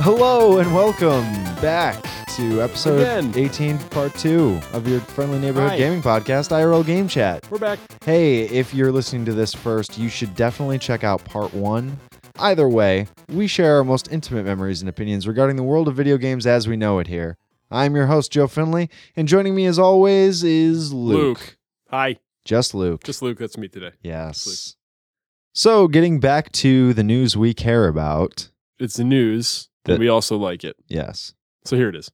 Hello and welcome back to episode Again. 18, part two of your friendly neighborhood Hi. gaming podcast, IRL Game Chat. We're back. Hey, if you're listening to this first, you should definitely check out part one. Either way, we share our most intimate memories and opinions regarding the world of video games as we know it here. I'm your host, Joe Finley, and joining me as always is Luke. Hi. Just Luke. Just Luke. That's me today. yes. So, getting back to the news we care about. It's the news, and That- we also like it. Yes. So here it is.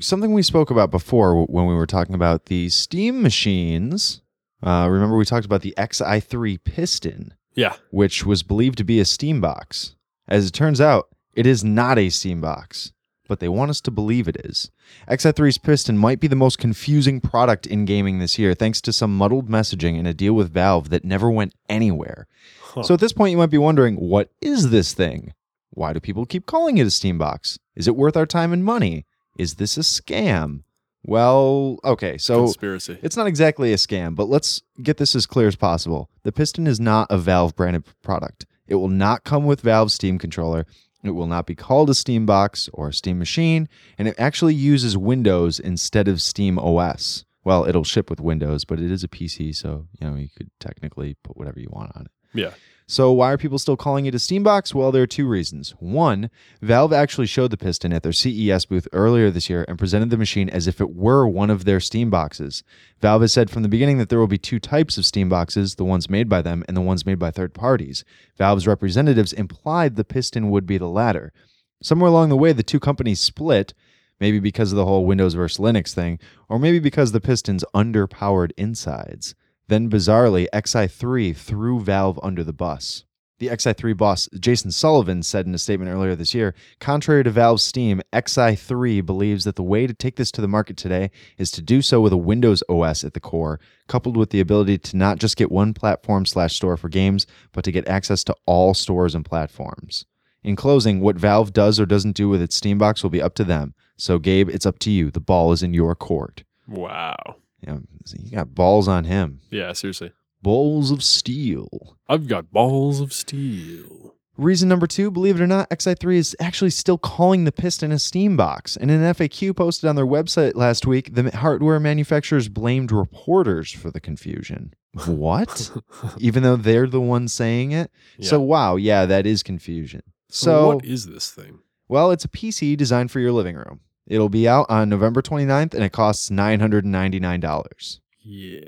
something we spoke about before w- when we were talking about the steam machines. Uh, remember, we talked about the XI3 piston, Yeah. which was believed to be a steam box. As it turns out, it is not a steam box, but they want us to believe it is. XI3's piston might be the most confusing product in gaming this year, thanks to some muddled messaging and a deal with Valve that never went anywhere. Huh. So at this point, you might be wondering, what is this thing? Why do people keep calling it a Steam box? Is it worth our time and money? Is this a scam? Well, okay, so conspiracy. it's not exactly a scam, but let's get this as clear as possible. The Piston is not a Valve branded product. It will not come with Valve's Steam controller. It will not be called a Steam box or a Steam machine, and it actually uses Windows instead of Steam OS. Well, it'll ship with Windows, but it is a PC, so you know you could technically put whatever you want on it. yeah. So why are people still calling it a Steambox? Well, there are two reasons. One, Valve actually showed the piston at their CES booth earlier this year and presented the machine as if it were one of their Steam boxes. Valve has said from the beginning that there will be two types of Steam boxes, the ones made by them and the ones made by third parties. Valve's representatives implied the piston would be the latter. Somewhere along the way, the two companies split, maybe because of the whole Windows versus Linux thing, or maybe because the piston's underpowered insides. Then bizarrely, XI3 threw Valve under the bus. The XI3 boss, Jason Sullivan, said in a statement earlier this year Contrary to Valve's Steam, XI3 believes that the way to take this to the market today is to do so with a Windows OS at the core, coupled with the ability to not just get one platform slash store for games, but to get access to all stores and platforms. In closing, what Valve does or doesn't do with its Steambox will be up to them. So, Gabe, it's up to you. The ball is in your court. Wow. Yeah, you got balls on him. Yeah. Seriously. Balls of Steel. I've got balls of steel. Reason number two, believe it or not, XI3 is actually still calling the piston a steam box. In an FAQ posted on their website last week, the hardware manufacturers blamed reporters for the confusion. What? Even though they're the ones saying it? So, Yeah. wow, yeah, that is confusion. So, what is this thing? well, it's a PC designed for your living room. It'll be out on November 29th and it costs $999. Yeah.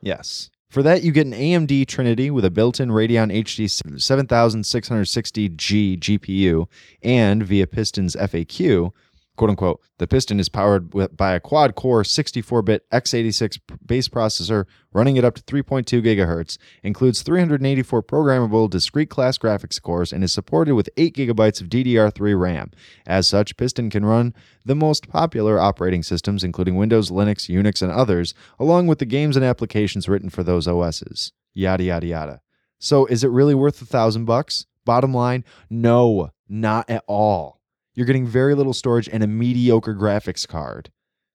Yes. For that, you get an AMD Trinity with a built in Radeon HD 7660G GPU, and via Piston's FAQ, quote unquote, the Piston is powered with, by a quad core 64 bit x86 p- base processor running at up to 3.2 gigahertz, includes 384 programmable discrete class graphics cores, and is supported with 8 gigabytes of DDR3 RAM. As such, Piston can run the most popular operating systems, including Windows, Linux, Unix, and others, along with the games and applications written for those OSs. Yada, yada, yada. So is it really worth a thousand bucks? Bottom line, no, not at all. You're getting very little storage and a mediocre graphics card.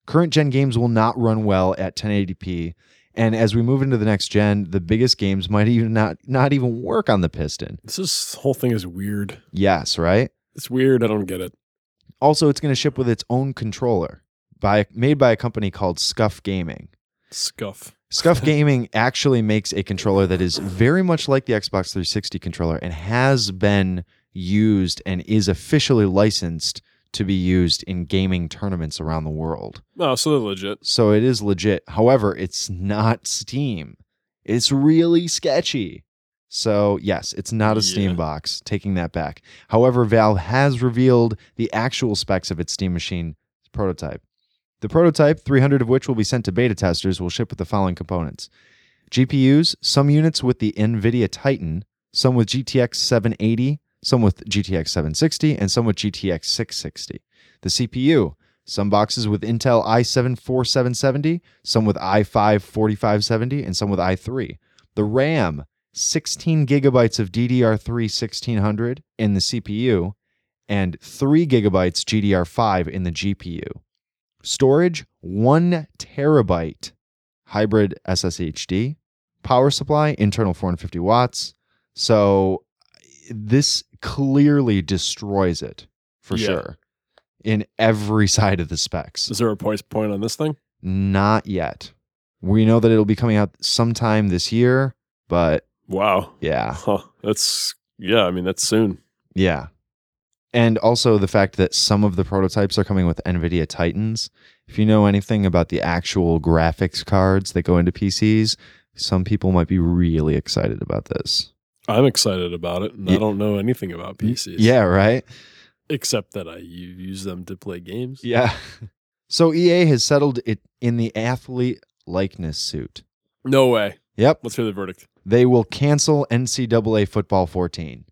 Current gen games will not run well at 1080p, and as we move into the next gen, the biggest games might even not not even work on the piston. This is, whole thing is weird. Yes, right? It's weird. I don't get it. Also, it's going to ship with its own controller by made by a company called Scuff Gaming. Scuff. Scuff Gaming actually makes a controller that is very much like the Xbox 360 controller and has been used and is officially licensed to be used in gaming tournaments around the world. Oh, so they're legit. So it is legit. However, it's not Steam. It's really sketchy. So, yes, it's not a Steam Yeah. box, taking that back. However, Valve has revealed the actual specs of its Steam machine prototype. The prototype, 300 of which will be sent to beta testers, will ship with the following components GPUs, some units with the NVIDIA Titan, some with GTX 780, some with GTX 760, and some with GTX 660. The CPU, some boxes with Intel i7 4770, some with i5 4570, and some with i3. The RAM, 16 gigabytes of DDR3 1600 in the CPU, and 3 gigabytes GDR5 in the GPU. Storage, 1 terabyte hybrid SSHD. Power supply, internal 450 watts. So this clearly destroys it. for Yeah. sure in every side of the specs. Is there a price point on this thing? Not yet. We know that it'll be coming out sometime this year, but Wow. yeah, Huh. That's yeah. I mean, that's soon. yeah. And also the fact that some of the prototypes are coming with NVIDIA Titans. If you know anything about the actual graphics cards that go into PCs, some people might be really excited about this. I'm excited about it, and Yeah. I don't know anything about PCs. Yeah, right? Except that I u- use them to play games. Yeah. So EA has settled it in the athlete likeness suit. No way. Yep. Let's hear the verdict. they will cancel NCAA football 14.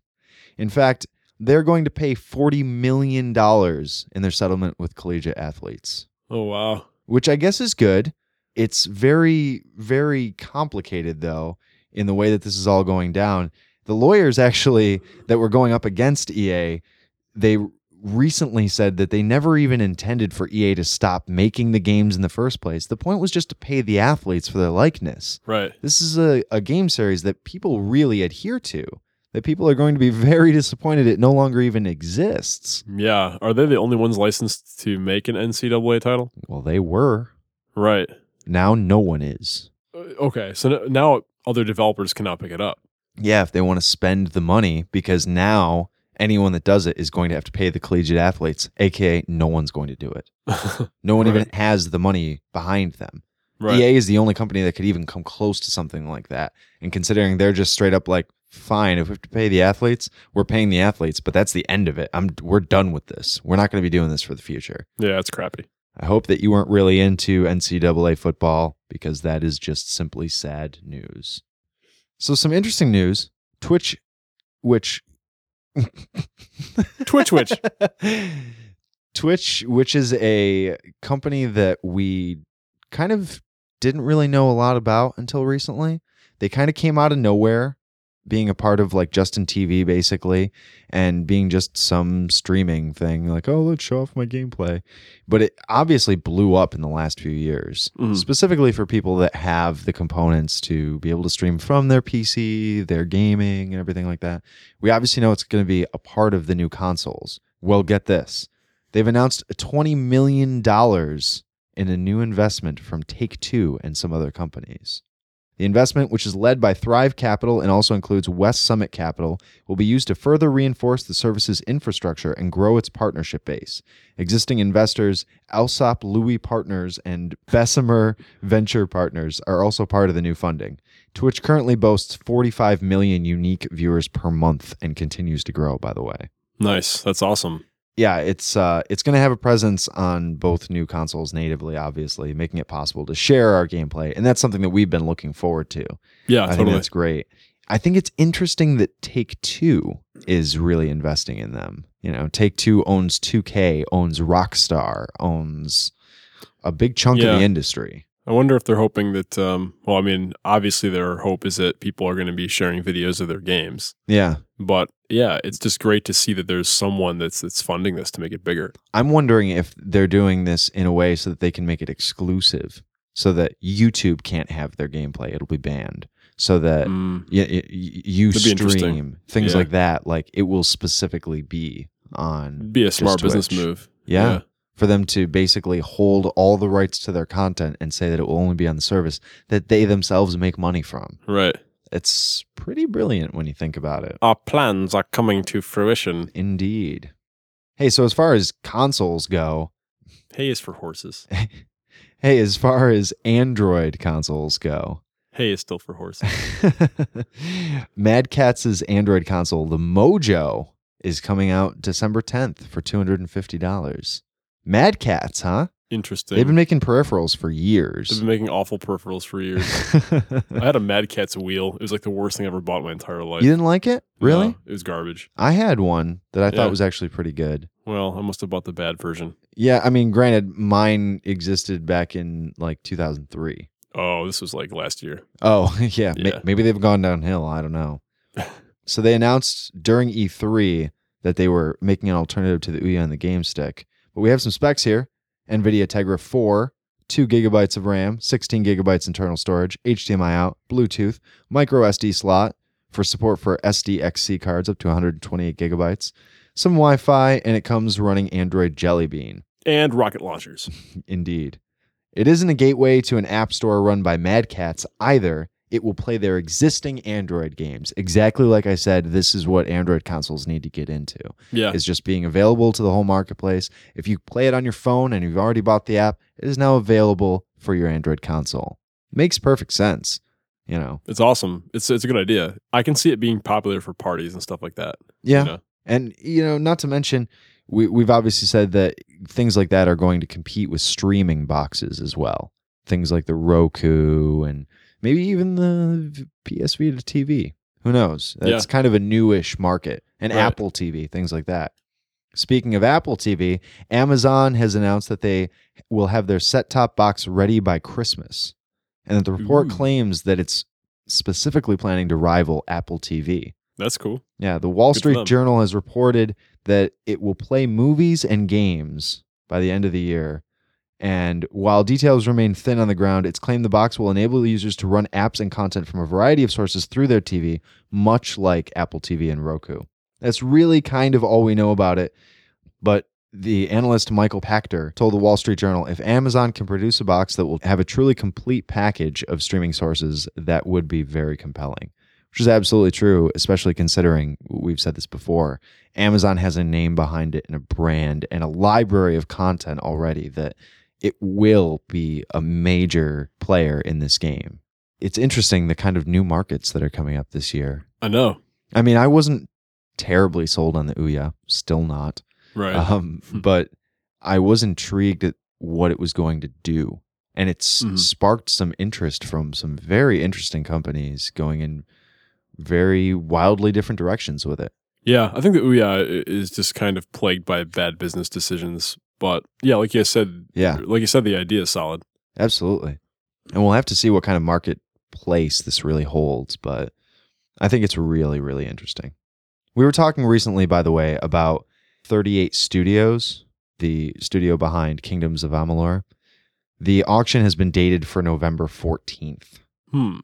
In fact, they're going to pay $40 million in their settlement with collegiate athletes, Oh wow. which I guess is good. It's very, very complicated, though, in the way that this is all going down. The lawyers actually that were going up against EA, they recently said that they never even intended for EA to stop making the games in the first place. The point was just to pay the athletes for their likeness Right. this is a, a game series that people really adhere to that people are going to be very disappointed it no longer even exists Yeah. Are they the only ones licensed to make an NCAA title? well they were Right. now no one is Uh, Okay. So n- now other developers cannot pick it up. yeah if they want to spend the money because now anyone that does it is going to have to pay the collegiate athletes aka no one's going to do it no one even Right. has the money behind them right. ea E is the only company that could even come close to something like that and considering they're just straight up like fine if we have to pay the athletes we're paying the athletes but that's the end of it i'm we're done with this we're not going to be doing this for the future Yeah, it's crappy. I hope that you weren't really into NCAA football because that is just simply sad news. So, some interesting news Twitch, which. Twitch, which Twitch, which is a company that we kind of didn't really know a lot about until recently. They kind of came out of nowhere, being a part of like Justin TV basically, and being just some streaming thing, like, oh, let's show off my gameplay. But it obviously blew up in the last few years, Mhm. specifically for people that have the components to be able to stream from their PC, their gaming, and everything like that. We obviously know it's going to be a part of the new consoles. Well, get this. They've announced $20 million in a new investment from Take Two and some other companies. The investment, which is led by Thrive Capital and also includes West Summit Capital, will be used to further reinforce the service's infrastructure and grow its partnership base. Existing investors, Alsop Louis Partners and Bessemer Venture Partners, are also part of the new funding. Twitch currently boasts 45 million unique viewers per month and continues to grow, by the way Nice. That's awesome. yeah, it's uh, it's going to have a presence on both new consoles natively, obviously, making it possible to share our gameplay, and that's something that we've been looking forward to. Yeah, I think totally. that's great. I think it's interesting that Take Two is really investing in them. You know, Take Two owns 2K, owns Rockstar, owns a big chunk Yeah. of the industry. I wonder if they're hoping that. Um, well, I mean, obviously their hope is that people are going to be sharing videos of their games. Yeah, But yeah, it's just great to see that there's someone that's that's funding this to make it bigger. I'm wondering if they're doing this in a way so that they can make it exclusive, so that YouTube can't have their gameplay; it'll be banned. So that Mm, yeah, y- y- you It'd be interesting. stream things Yeah. like that. Like it will specifically be on be a smart Twitch. business move. yeah, for them to basically hold all the rights to their content and say that it will only be on the service that they themselves make money from. Yeah, Right. It's pretty brilliant when you think about it. Our plans are coming to fruition. Indeed. Hey, so as far as consoles go, Hay is for horses. hey, as far as Android consoles go, Hay is still for horses. Mad Catz' Android console, the Mojo, is coming out December 10th for $250. Mad Cats, huh? Interesting. They've been making peripherals for They've years. been making awful peripherals for years. I had a Mad Catz wheel. It was like the worst thing I ever bought in my entire life. you didn't like it? Really? No, it was garbage. I had one that I Yeah. thought was actually pretty good. Well, I must have bought the bad version. Yeah, I mean, granted, mine existed back in like 2003. Oh, this was like last year. Oh, yeah. ma- Yeah. maybe they've gone downhill. I don't know. so they announced during E3 that they were making an alternative to the Ouya and the Game Stick. But we have some specs here NVIDIA Tegra 4, 2 gigabytes of RAM, 16 gigabytes internal storage, HDMI out, Bluetooth, micro SD slot for support for SDXC cards up to 128 gigabytes. some Wi Fi, and it comes running Android Jelly Bean. and rocket launchers. Indeed. It isn't a gateway to an app store run by Mad Cats either. It will play their existing Android games. Exactly like I said, this is what Android consoles need to get into. Yeah. Is just being available to the whole marketplace. If you play it on your phone and you've already bought the app, it is now available for your Android console. Makes perfect sense. You know. It's awesome. It's it's a good idea. I can see it being popular for parties and stuff like that. Yeah. You know? And you know, not to mention, we we've obviously said that things like that are going to compete with streaming boxes as well. Things like the Roku and maybe even the PS Vita TV. Who knows? That's kind of a newish market. And Right. Apple TV, things like that. Speaking of Apple TV, Amazon has announced that they will have their set-top box ready by Christmas, and that the report Ooh. claims that it's specifically planning to rival Apple TV. That's cool. Yeah, the Wall Good for Street them. Journal has reported that it will play movies and games by the end of the year. And while details remain thin on the ground, it's claimed the box will enable users to run apps and content from a variety of sources through their TV, much like Apple TV and Roku. That's really kind of all we know about it. But the analyst Michael Pachter told the Wall Street Journal if Amazon can produce a box that will have a truly complete package of streaming sources, that would be very compelling which is absolutely true, especially considering we've said this before. Amazon has a name behind it and a brand and a library of content already that it will be a major player in this game. It's interesting the kind of new markets that are coming up this year. I know. I mean, I wasn't terribly sold on the Ouya, still not. Right. Um, but I was intrigued at what it was going to do. And it's Mhm. sparked some interest from some very interesting companies going in very wildly different directions with it. Yeah, I think that Ouya i- is just kind of plagued by bad business decisions. But yeah, like you said, Yeah, like you said, the idea is solid. absolutely. And we'll have to see what kind of marketplace this really holds, but I think it's really, really interesting. We were talking recently, by the way, about 38 Studios, the studio behind Kingdoms of Amalur. The auction has been dated for November 14th. Hmm.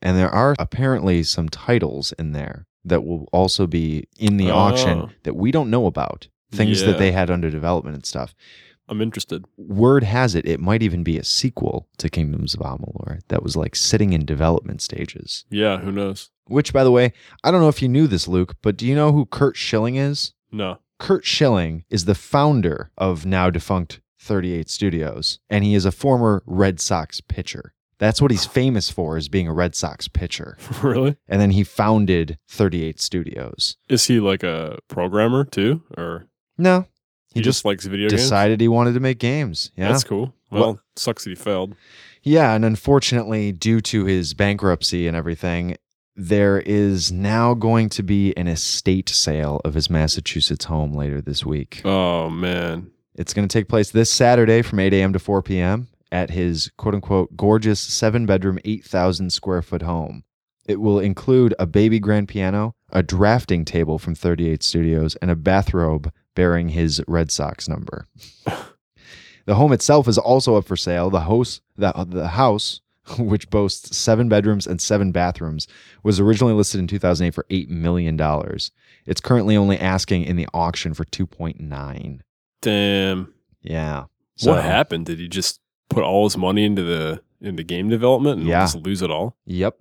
And there are apparently some titles in there that will also be in the auction Oh. that we don't know about, things Yeah. that they had under development and stuff. I'm interested. Word has it, it might even be a sequel to Kingdoms of Amalur that was like sitting in development stages. Yeah, who knows? Which, by the way, I don't know if you knew this, Luke, but do you know who Kurt Schilling is? No. Kurt Schilling is the founder of now defunct 38 Studios, and he is a former Red Sox pitcher. That's what he's famous for, is being a Red Sox pitcher really? and then he founded 38 Studios. Is he like a programmer too, or No, he, he, just, just, likes video games? decided he wanted to make games. Yeah. That's cool. Well- Well, sucks that he failed. yeah, and unfortunately due to his bankruptcy and everything, there is now going to be an estate sale of his Massachusetts home later this week. Oh man. It's going to take place this Saturday from 8 a.m. to 4 p.m. at his quote unquote gorgeous seven bedroom, 8,000 square foot home. It will include a baby grand piano, a drafting table from 38 Studios, and a bathrobe bearing his Red Sox number. the home itself is also up for sale. The host, the, the house, which boasts seven bedrooms and seven bathrooms, was originally listed in 2008 for $8 million. It's currently only asking in the auction for 2.9. Damn. Yeah. So- what happened? Did he just put all his money into the into game development and Yeah. just lose it all? Yep.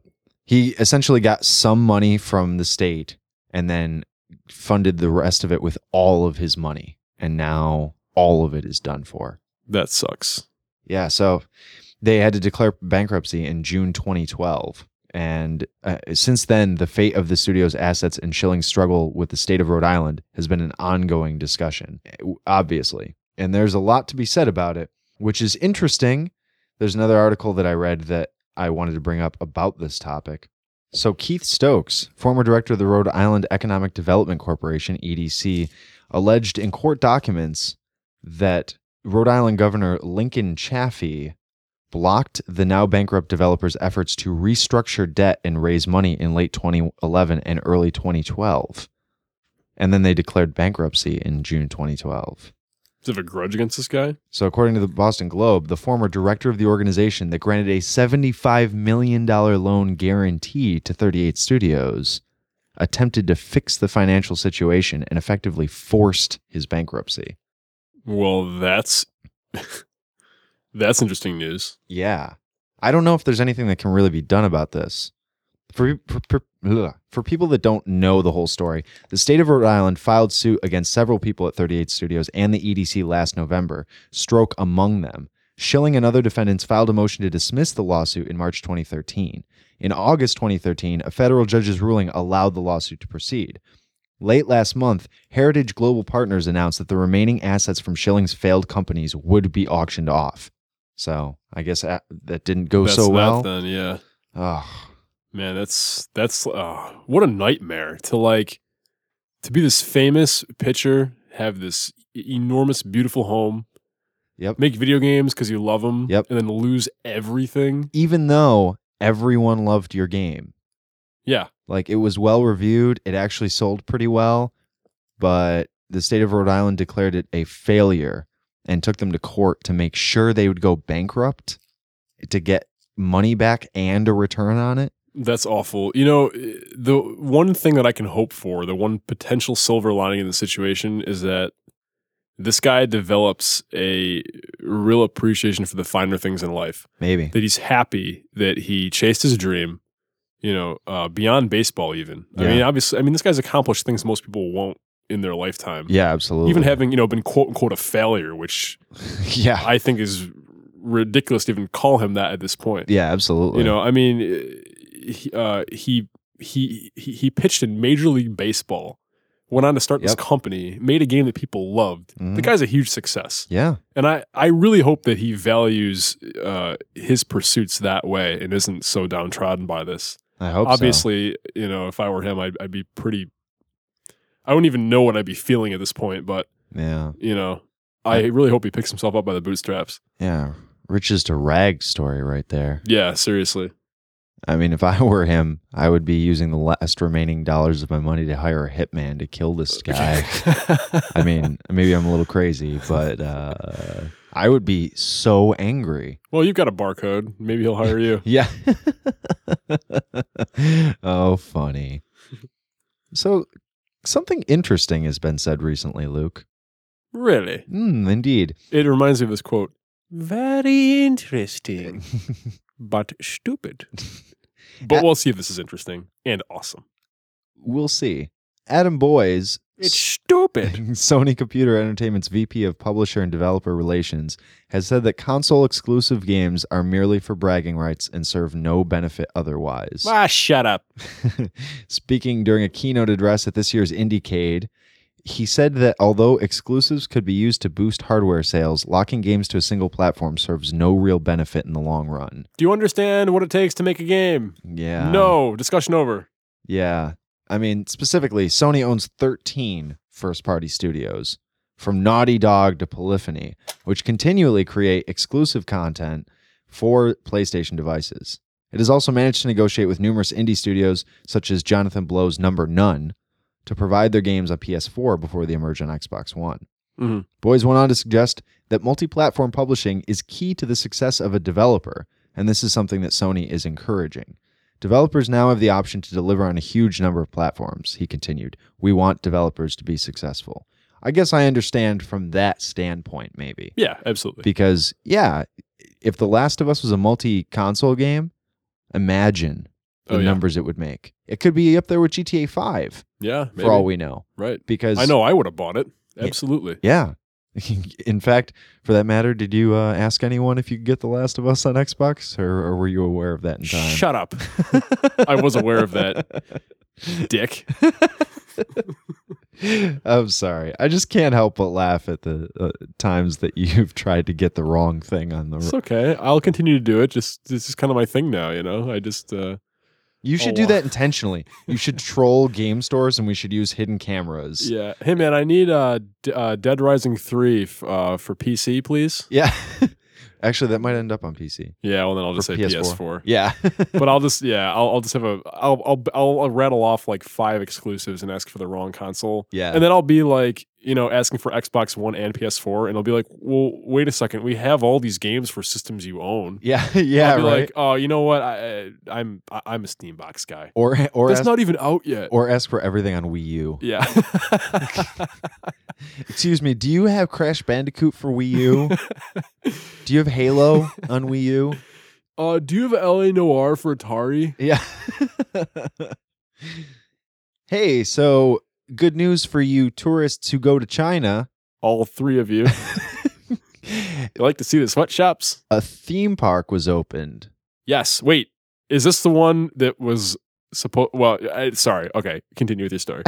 He essentially got some money from the state and then funded the rest of it with all of his money. And now all of it is done for. That sucks. Yeah. So they had to declare bankruptcy in June 2012. And uh, since then, the fate of the studio's assets and Schilling's struggle with the state of Rhode Island has been an ongoing discussion, eh, obviously. And there's a lot to be said about it, which is interesting. There's another article that I read that I wanted to bring up about this topic. So, Keith Stokes, former director of the Rhode Island Economic Development Corporation, EDC, alleged in court documents that Rhode Island Governor Lincoln Chafee blocked the now bankrupt developer's efforts to restructure debt and raise money in late 2011 and early 2012. And then they declared bankruptcy in June 2012. Does he have a grudge against this guy? So, according to the Boston Globe, the former director of the organization that granted a $75 million loan guarantee to 38 studios attempted to fix the financial situation and effectively forced his bankruptcy. Well, that's that's interesting news. Yeah. I don't know if there's anything that can really be done about this. For, for, for, ugh. for people that don't know the whole story, the state of Rhode Island filed suit against several people at 38 Studios and the EDC last November, Stroke among them. Schilling and other defendants filed a motion to dismiss the lawsuit in March 2013. In August 2013, a federal judge's ruling allowed the lawsuit to proceed. Late last month, Heritage Global Partners announced that the remaining assets from Schilling's failed companies would be auctioned off. So I guess that that didn't go that's so that well. Then, yeah, Ugh. man, that's that's uh, what a nightmare to like to be this famous pitcher, have this e- enormous, beautiful home, Yep. make video games because you love them, Yep. and then lose everything. Even though everyone loved your game, Yeah, like it was well reviewed, it actually sold pretty well, but the state of Rhode Island declared it a failure and took them to court to make sure they would go bankrupt to get money back and a return on it. That's awful. You know, eh, the one thing that I can hope for, the one potential silver lining in the situation is that this guy develops a real appreciation for the finer things in life. Maybe. That he's happy that he chased his dream, you know, uh, beyond baseball, even. I Yeah. mean, obviously, I mean, this guy's accomplished things most people won't in their lifetime. Yeah, absolutely. Even having, you know, been quote unquote a failure, which yeah. I think is ridiculous to even call him that at this point. Yeah, absolutely. You know, I mean, uh, he, uh, he he he he pitched in Major League Baseball, went on to start this Yep. company, made a game that people loved. The Mhm. guy's a huge success, yeah. and I I really hope that he values uh, his pursuits that way and isn't so downtrodden by this. I hope so. Obviously, you know, if I were him, I'd, I'd be pretty. I don't even know what I'd be feeling at this point, but Yeah. you know, I really hope he picks himself up by the bootstraps. Yeah. Riches to rags story right there. Yeah, seriously. I mean, if I were him, I would be using the last remaining dollars of my money to hire a hitman to kill this guy. I mean, maybe I'm a little crazy, but uh, I would be so angry. Well, you've got a barcode. Maybe he'll hire you. Yeah. oh, funny. So, something interesting has been said recently, Luke. really? Mm, indeed. It reminds me of this quote. Very interesting, but stupid. But we'll see if this is interesting and awesome. we'll see. Adam Boys, stupid. Sony Computer Entertainment's VP of Publisher and Developer Relations, has said that console exclusive games are merely for bragging rights and serve no benefit otherwise. ah, shut up. Speaking during a keynote address at this year's IndieCade, he said that although exclusives could be used to boost hardware sales, locking games to a single platform serves no real benefit in the long run. Do you understand what it takes to make a game? Yeah. No. Discussion over. Yeah. I mean, specifically, Sony owns 13 first party studios, from Naughty Dog to Polyphony, which continually create exclusive content for PlayStation devices. It has also managed to negotiate with numerous indie studios, such as Jonathan Blow's Number None, to provide their games on PS4 before they emerge on Xbox One. Mhm. Boys went on to suggest that multi platform publishing is key to the success of a developer, and this is something that Sony is encouraging. Developers now have the option to deliver on a huge number of platforms, he continued. We want developers to be successful. I guess I understand from that standpoint, maybe. Yeah, absolutely. Because, yeah, if The Last of Us was a multi console game, imagine the Oh, yeah. numbers it would make. It could be up there with GTA 5 yeah. Maybe. for all we know. right. Because, I know I would have bought it. Yeah. Absolutely. yeah. In fact, for that matter, did you uh, ask anyone if you could get The Last of Us on Xbox, or, or were you aware of that in time? Shut up, I was aware of that. dick. I'm sorry. I just can't help but laugh at the uh, times that you've tried to get the wrong thing on the. It's okay. I'll continue to do it. Just this is kind of my thing now, you know. I just uh you should Oh, do wow. that intentionally. You should troll game stores, and we should use hidden cameras. Yeah. Hey, man, I need uh, D- uh Dead Rising three f- uh, for PC, please. Yeah. Actually, that might end up on PC. Yeah. Well, then I'll just For say PS4. PS4. Yeah. But I'll just yeah, I'll, I'll just have a I'll, I'll I'll rattle off like five exclusives and ask for the wrong console, yeah. and then I'll be like, you know, asking for Xbox One and PS4, and it'll be like, well, wait a second, we have all these games for systems you own. Yeah, yeah, I'll be right. like, oh, you know what? I, I- I'm I- I'm a Steam box guy. or or That's ask, not even out yet. or ask for everything on Wii U. yeah. Excuse me, do you have Crash Bandicoot for Wii U? do you have Halo on Wii U? uh, do you have LA Noir for Atari? Yeah. hey, so good news for you tourists who go to China. All three of you. you like to see the sweatshops? A theme park was opened. Yes. Wait, is this the one that was supposed? Well, I, sorry. Okay, continue with your story.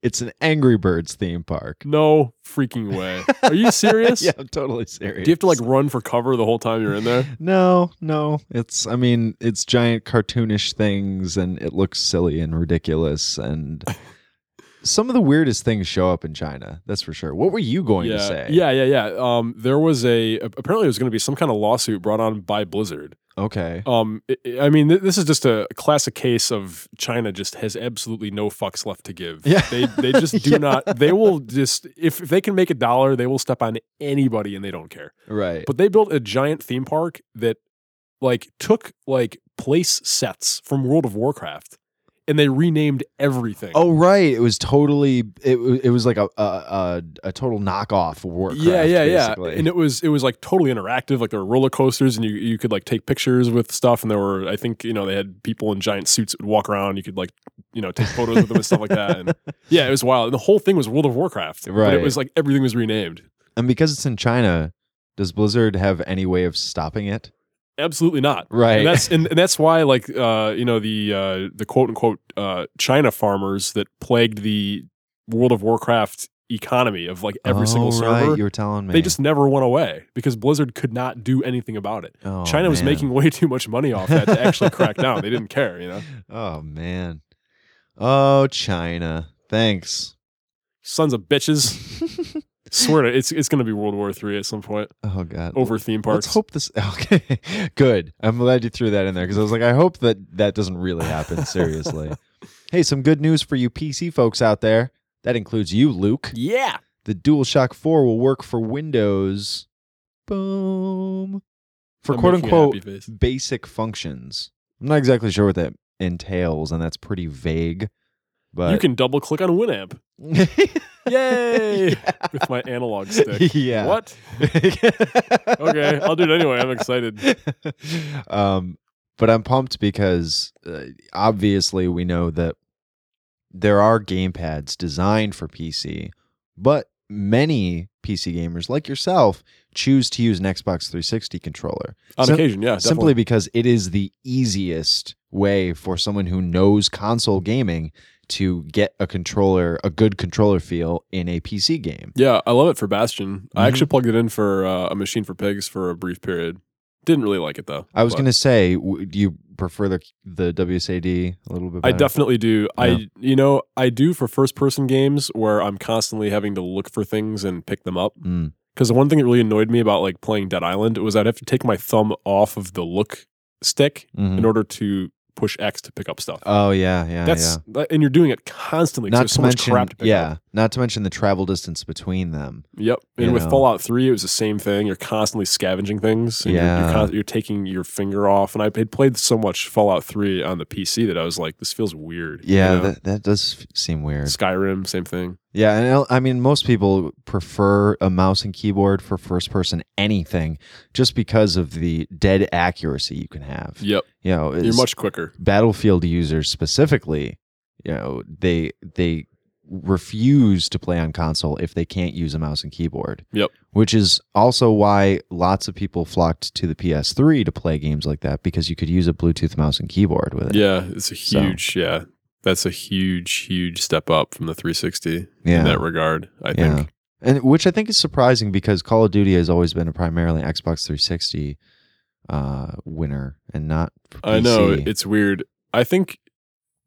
It's an Angry Birds theme park. no freaking way. Are you serious? yeah, I'm totally serious. Do you have to like run for cover the whole time you're in there? No, no. It's I mean, it's giant cartoonish things and it looks silly and ridiculous and some of the weirdest things show up in China. That's for sure. What were you going yeah. to say? Yeah, yeah, yeah. Um, there was a apparently it was going to be some kind of lawsuit brought on by Blizzard. Okay. Um, i I mean, th- this is just a classic case of China just has absolutely no fucks left to give. Yeah. they they just do Yeah. not. They will just if, if they can make a dollar, they will step on anybody and they don't care. Right. But they built a giant theme park that like took like place sets from World of Warcraft, and they renamed everything. Oh right, it was totally it. wa- It was like a a, a, a total knockoff of Warcraft. yeah, yeah, basically. yeah. And it was it was like totally interactive. Like there were roller coasters, and you you could like take pictures with stuff. And there were I think you know they had people in giant suits that would walk around. You could like you know take photos with them and stuff like that. And yeah, it was wild. And the whole thing was World of Warcraft. But Right. it was like everything was renamed. And because it's in China, does Blizzard have any way of stopping it? Absolutely not. Right. And that's and, and that's why like uh you know the uh the quote unquote uh China farmers that plagued the World of Warcraft economy of like every single Oh, right, server. you were telling me they just never went away because Blizzard could not do anything about it. Oh, China was man. making way too much money off that to actually crack down. They didn't care, you know. Oh man. Oh China. Thanks. Sons of bitches. Swear to it's it's gonna be World War Three at some point oh god. over theme parks. Let's hope this. Okay, good. I'm glad you threw that in there because I was like, I hope that that doesn't really happen. Seriously. hey, some good news for you PC folks out there. That includes you, Luke. yeah. the DualShock 4 will work for Windows. Boom. For I'm quote making a happy unquote face. basic functions. I'm not exactly sure what that entails, and that's pretty vague. But you can double click on Winamp. Yay! With my analog stick. yeah. What? Okay, I'll do it anyway. I'm excited. um, but I'm pumped because uh, obviously we know that there are gamepads designed for PC, but many PC gamers like yourself choose to use an Xbox 360 controller On Sim- occasion, yeah. simply because it is the easiest way for someone who knows console gaming to get a controller, a good controller feel in a PC game. Yeah, I love it for Bastion. Mhm. I actually plugged it in for uh, a machine for pigs for a brief period. Didn't really like it though. I was but- going to say, w- do you prefer the the WSAD a little bit I better? definitely do. Yeah. I you know, I do for first person games where I'm constantly having to look for things and pick them up. Mm. Because the one thing that really annoyed me about like playing Dead Island was I'd have to take my thumb off of the look stick Mhm. in order to push X to pick up stuff. Oh yeah, yeah, That's yeah. that- and you're doing it constantly. 'cause Not there's to so mention, much crap to pick yeah, up. not to mention the travel distance between them. Yep. And You with know. Fallout Three, it was the same thing. You're constantly scavenging things. And You're, Yeah. you're, con- you're taking your finger off. And I had played so much Fallout Three on the PC that I was like, this feels weird. you Yeah, know? that that does f- seem weird. Skyrim, same thing. Yeah, and I'll- I mean, most people prefer a mouse and keyboard for first person anything, just because of the dead accuracy you can have. Yep. You know, You're it's- much quicker. Battlefield users specifically, you know, they they refuse to play on console if they can't use a mouse and keyboard. Yep. Which is also why lots of people flocked to the PS3 to play games like that because you could use a Bluetooth mouse and keyboard with it. Yeah, it's a So- huge. Yeah, that's a huge, huge step up from the 360 Yeah. in that regard. I Yeah. think. and which I think is surprising because Call of Duty has always been a primarily Xbox 360 uh winner and not for PC. I know it's weird. I think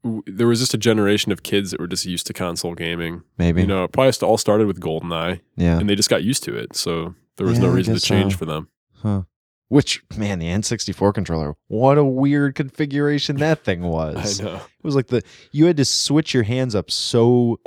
w- there was just a generation of kids that were just used to console gaming. maybe. you know, it probably just all started with GoldenEye, yeah. and they just got used to it. So there was Yeah, no I reason to guess uh, change so. for them. Huh. Which man, the N64 controller, what a weird configuration that thing I was. know. It was like the you had to switch your hands up so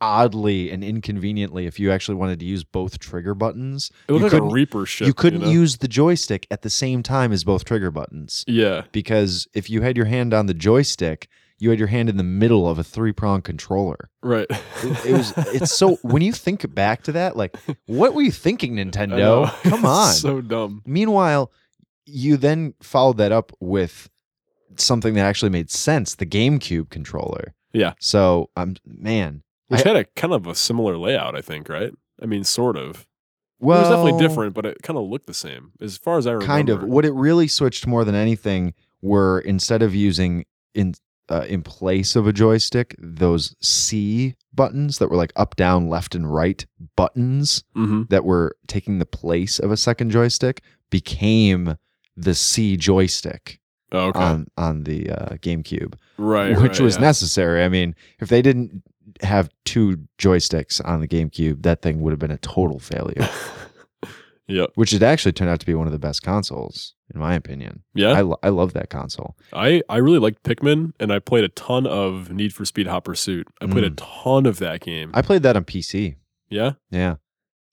oddly and inconveniently if you actually wanted to use both trigger buttons. It looked You like a couldn't- Reaper ship. you couldn't know? use the joystick at the same time as both trigger buttons Yeah. because if you had your hand on the joystick, you had your hand in the middle of a three-prong controller. Right. It, it was it's so when you think back to that like what were you thinking I Nintendo? know. Come on. so dumb. Meanwhile, you then followed that up with something that actually made sense the GameCube controller. Yeah. So, um, man. Which I- had a kind of a similar layout, I think, right? I mean, sort of. Well, it was definitely different, but it kind of looked the same as far as I remember. Kind of. What it really switched more than anything were instead of using in uh, in place of a joystick, those C buttons that were like up, down, left, and right buttons hmm that were taking the place of a second joystick became the C joystick Oh, okay. on on the uh, GameCube. right. which right, was yeah. necessary. I mean, if they didn't have two joysticks on the GameCube, that thing would have been a total failure. yep. which it actually turned out to be one of the best consoles, in my opinion. I, Yeah. lo- I love that console. I, I really liked Pikmin, and I played a ton of Need for Speed Hot Pursuit. I played a ton of that game. Mm. I played that on PC. yeah. Yeah,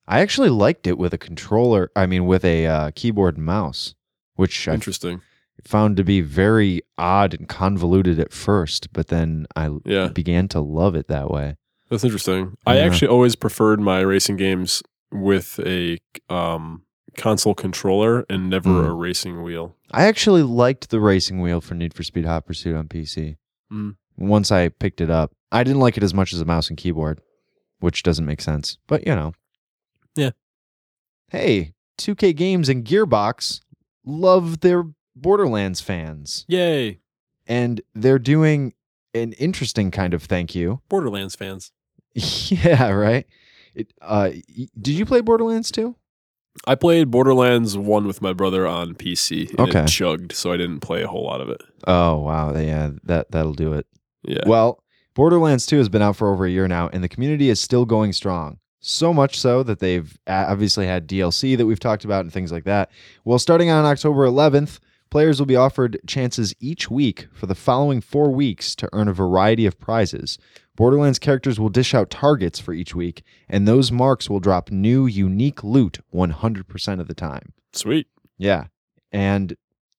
I actually liked it with a controller. I mean, with a uh, keyboard and mouse, which I Interesting. found to be very odd and convoluted at first, but then I Yeah. began to love it that way. That's interesting. I Yeah. actually always preferred my racing games with a um, console controller and never Mm. a racing wheel. I actually liked the racing wheel for Need for Speed Hot Pursuit on PC. Mm. Once I picked it up, I didn't like it as much as a mouse and keyboard, which doesn't make sense. But you know, Yeah. Hey, 2K Games and Gearbox love their Borderlands fans, Yay, and they're doing an interesting kind of thank you. Borderlands fans. yeah, right. It, uh, y- did you play Borderlands too? I played Borderlands 1 with my brother on PC. And Okay. It chugged, so I didn't play a whole lot of it. Oh wow, yeah, that that'll do it. Yeah. Well, Borderlands 2 has been out for over a year now, and the community is still going strong. So much so that they've uh, obviously had DLC that we've talked about and things like that. Well, starting on October 11th, players will be offered chances each week for the following four weeks to earn a variety of prizes. Borderlands characters will dish out targets for each week, and those marks will drop new, unique loot 100% of the time. Sweet. Yeah. And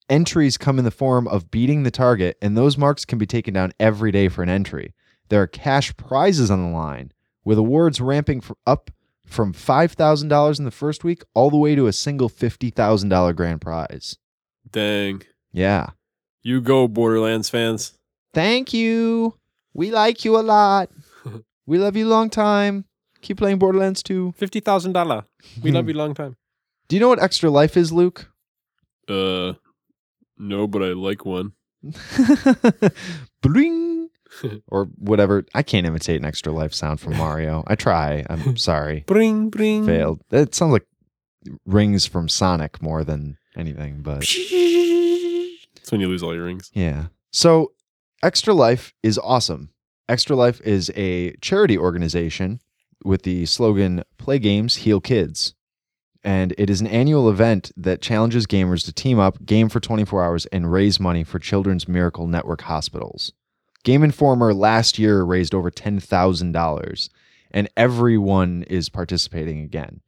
entries come in the form of beating the target, and those marks can be taken down every day for an entry. There are cash prizes on the line, with awards ramping fr- up from $5,000 in the first week all the way to a single $50,000 grand prize. Dang. Yeah. You go, Borderlands fans. Thank you. We like you a lot. we love you long time. Keep playing Borderlands 2. $50,000. We love you long time. Do you know what extra life is, Luke? Uh, no, but I like one. Bling. or whatever. I can't imitate an extra life sound from Mario. I try. I'm sorry. Bring, bring. Failed. That sounds like rings from Sonic more than anything, but That's when you lose all your rings. yeah. So, Extra Life is awesome. Extra Life is a charity organization with the slogan Play Games, Heal Kids. And it is an annual event that challenges gamers to team up, game for 24 hours, and raise money for Children's Miracle Network hospitals. Game Informer last year raised over $10,000, and everyone is participating again.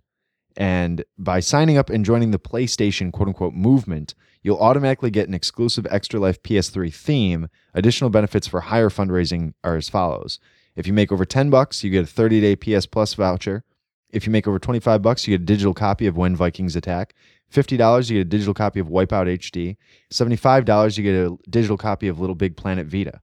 And by signing up and joining the PlayStation quote unquote movement, you'll automatically get an exclusive Extra Life PS3 theme. Additional benefits for higher fundraising are as follows. If you make over 10 bucks, you get a 30-day PS Plus voucher. If you make over 25 bucks, you get a digital copy of When Vikings Attack. $50, you get a digital copy of Wipeout HD. $75, you get a digital copy of Little Big Planet Vita.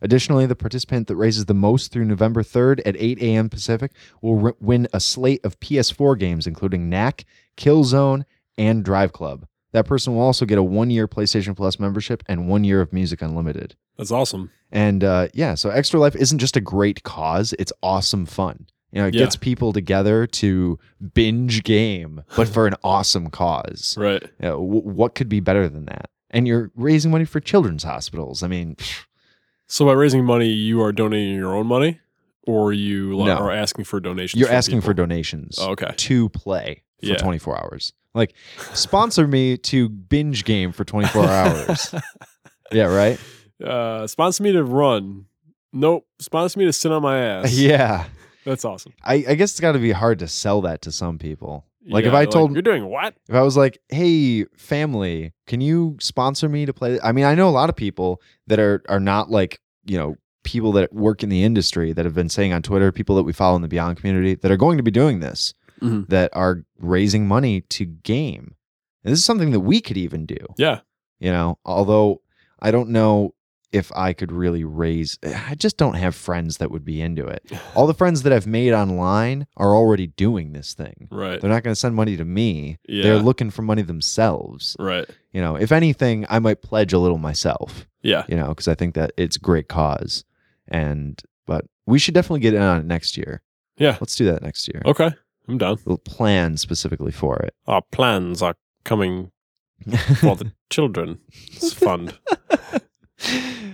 Additionally, the participant that raises the most through November 3rd at 8 a.m. Pacific will ri- win a slate of PS4 games, including Knack, Killzone, and Drive Club. That person will also get a one year PlayStation Plus membership and one year of Music Unlimited. That's awesome. And uh, yeah, so Extra Life isn't just a great cause, it's awesome fun. You know, it Yeah. gets people together to binge game, but for an awesome cause. Right. You know, wh- what could be better than that? And you're raising money for children's hospitals. I mean, So by raising money, you are donating your own money, or you li- No. are asking for donations. you're from asking for people? donations Oh, okay. to play for Yeah. 24 hours. Like, sponsor me to binge game for 24 hours. yeah, right? Uh, sponsor me to run. Nope. Sponsor me to sit on my ass. Yeah. That's awesome. I, I guess it's got to be hard to sell that to some people. Like, Yeah, if I told, you're doing what? if I was like, hey, family, can you sponsor me to play? I mean, I know a lot of people that are are not like, you know, people that work in the industry that have been saying on Twitter, people that we follow in the Beyond community that are going to be doing this, Mhm. that are raising money to game. And this is something that we could even do, Yeah. you know, although I don't know if I could really raise eh, I just don't have friends that would be into it. All the friends that I've made online are already doing this thing. Right. They're not going to send money to me. Eh. Yeah. They're looking for money themselves. Right. You know, if anything, I might pledge a little myself, Yeah. you know, because I think that it's great cause. And, but we should definitely get in on it next year. Yeah. Let's do that next year. Okay. I'm down. We'll plan specifically for it. Our plans are coming for the children. It's fund.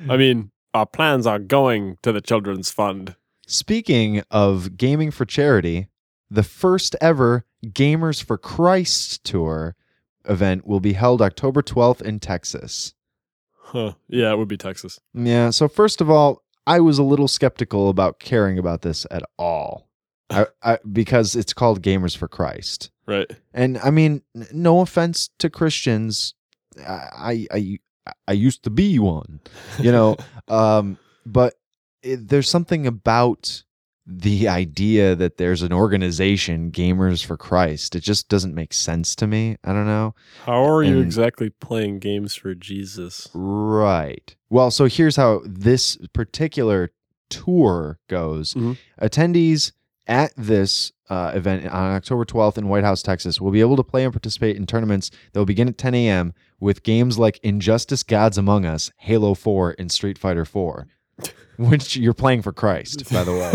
I mean, our plans are going to the children's fund. Speaking of gaming for charity, the first ever Gamers for Christ tour event will be held October 12th in Texas. Huh. Yeah, it would be Texas. Yeah. So first of all, I was a little skeptical about caring about this at all, I, I, because it's called Gamers for Christ, Right. and I mean, n- no offense to Christians, I I I, I used to be one, you know, um, but it, there's something about the idea that there's an organization gamers for christ it just doesn't make sense to me i don't know How are you And- exactly playing games for Jesus? Right. Well, so here's how this particular tour goes. Mhm. Attendees at this uh, event on October 12th in White House, Texas, will be able to play and participate in tournaments that will begin at 10 a.m. with games like Injustice Gods Among Us, Halo 4, and Street Fighter 4, which you're playing for Christ, by the way.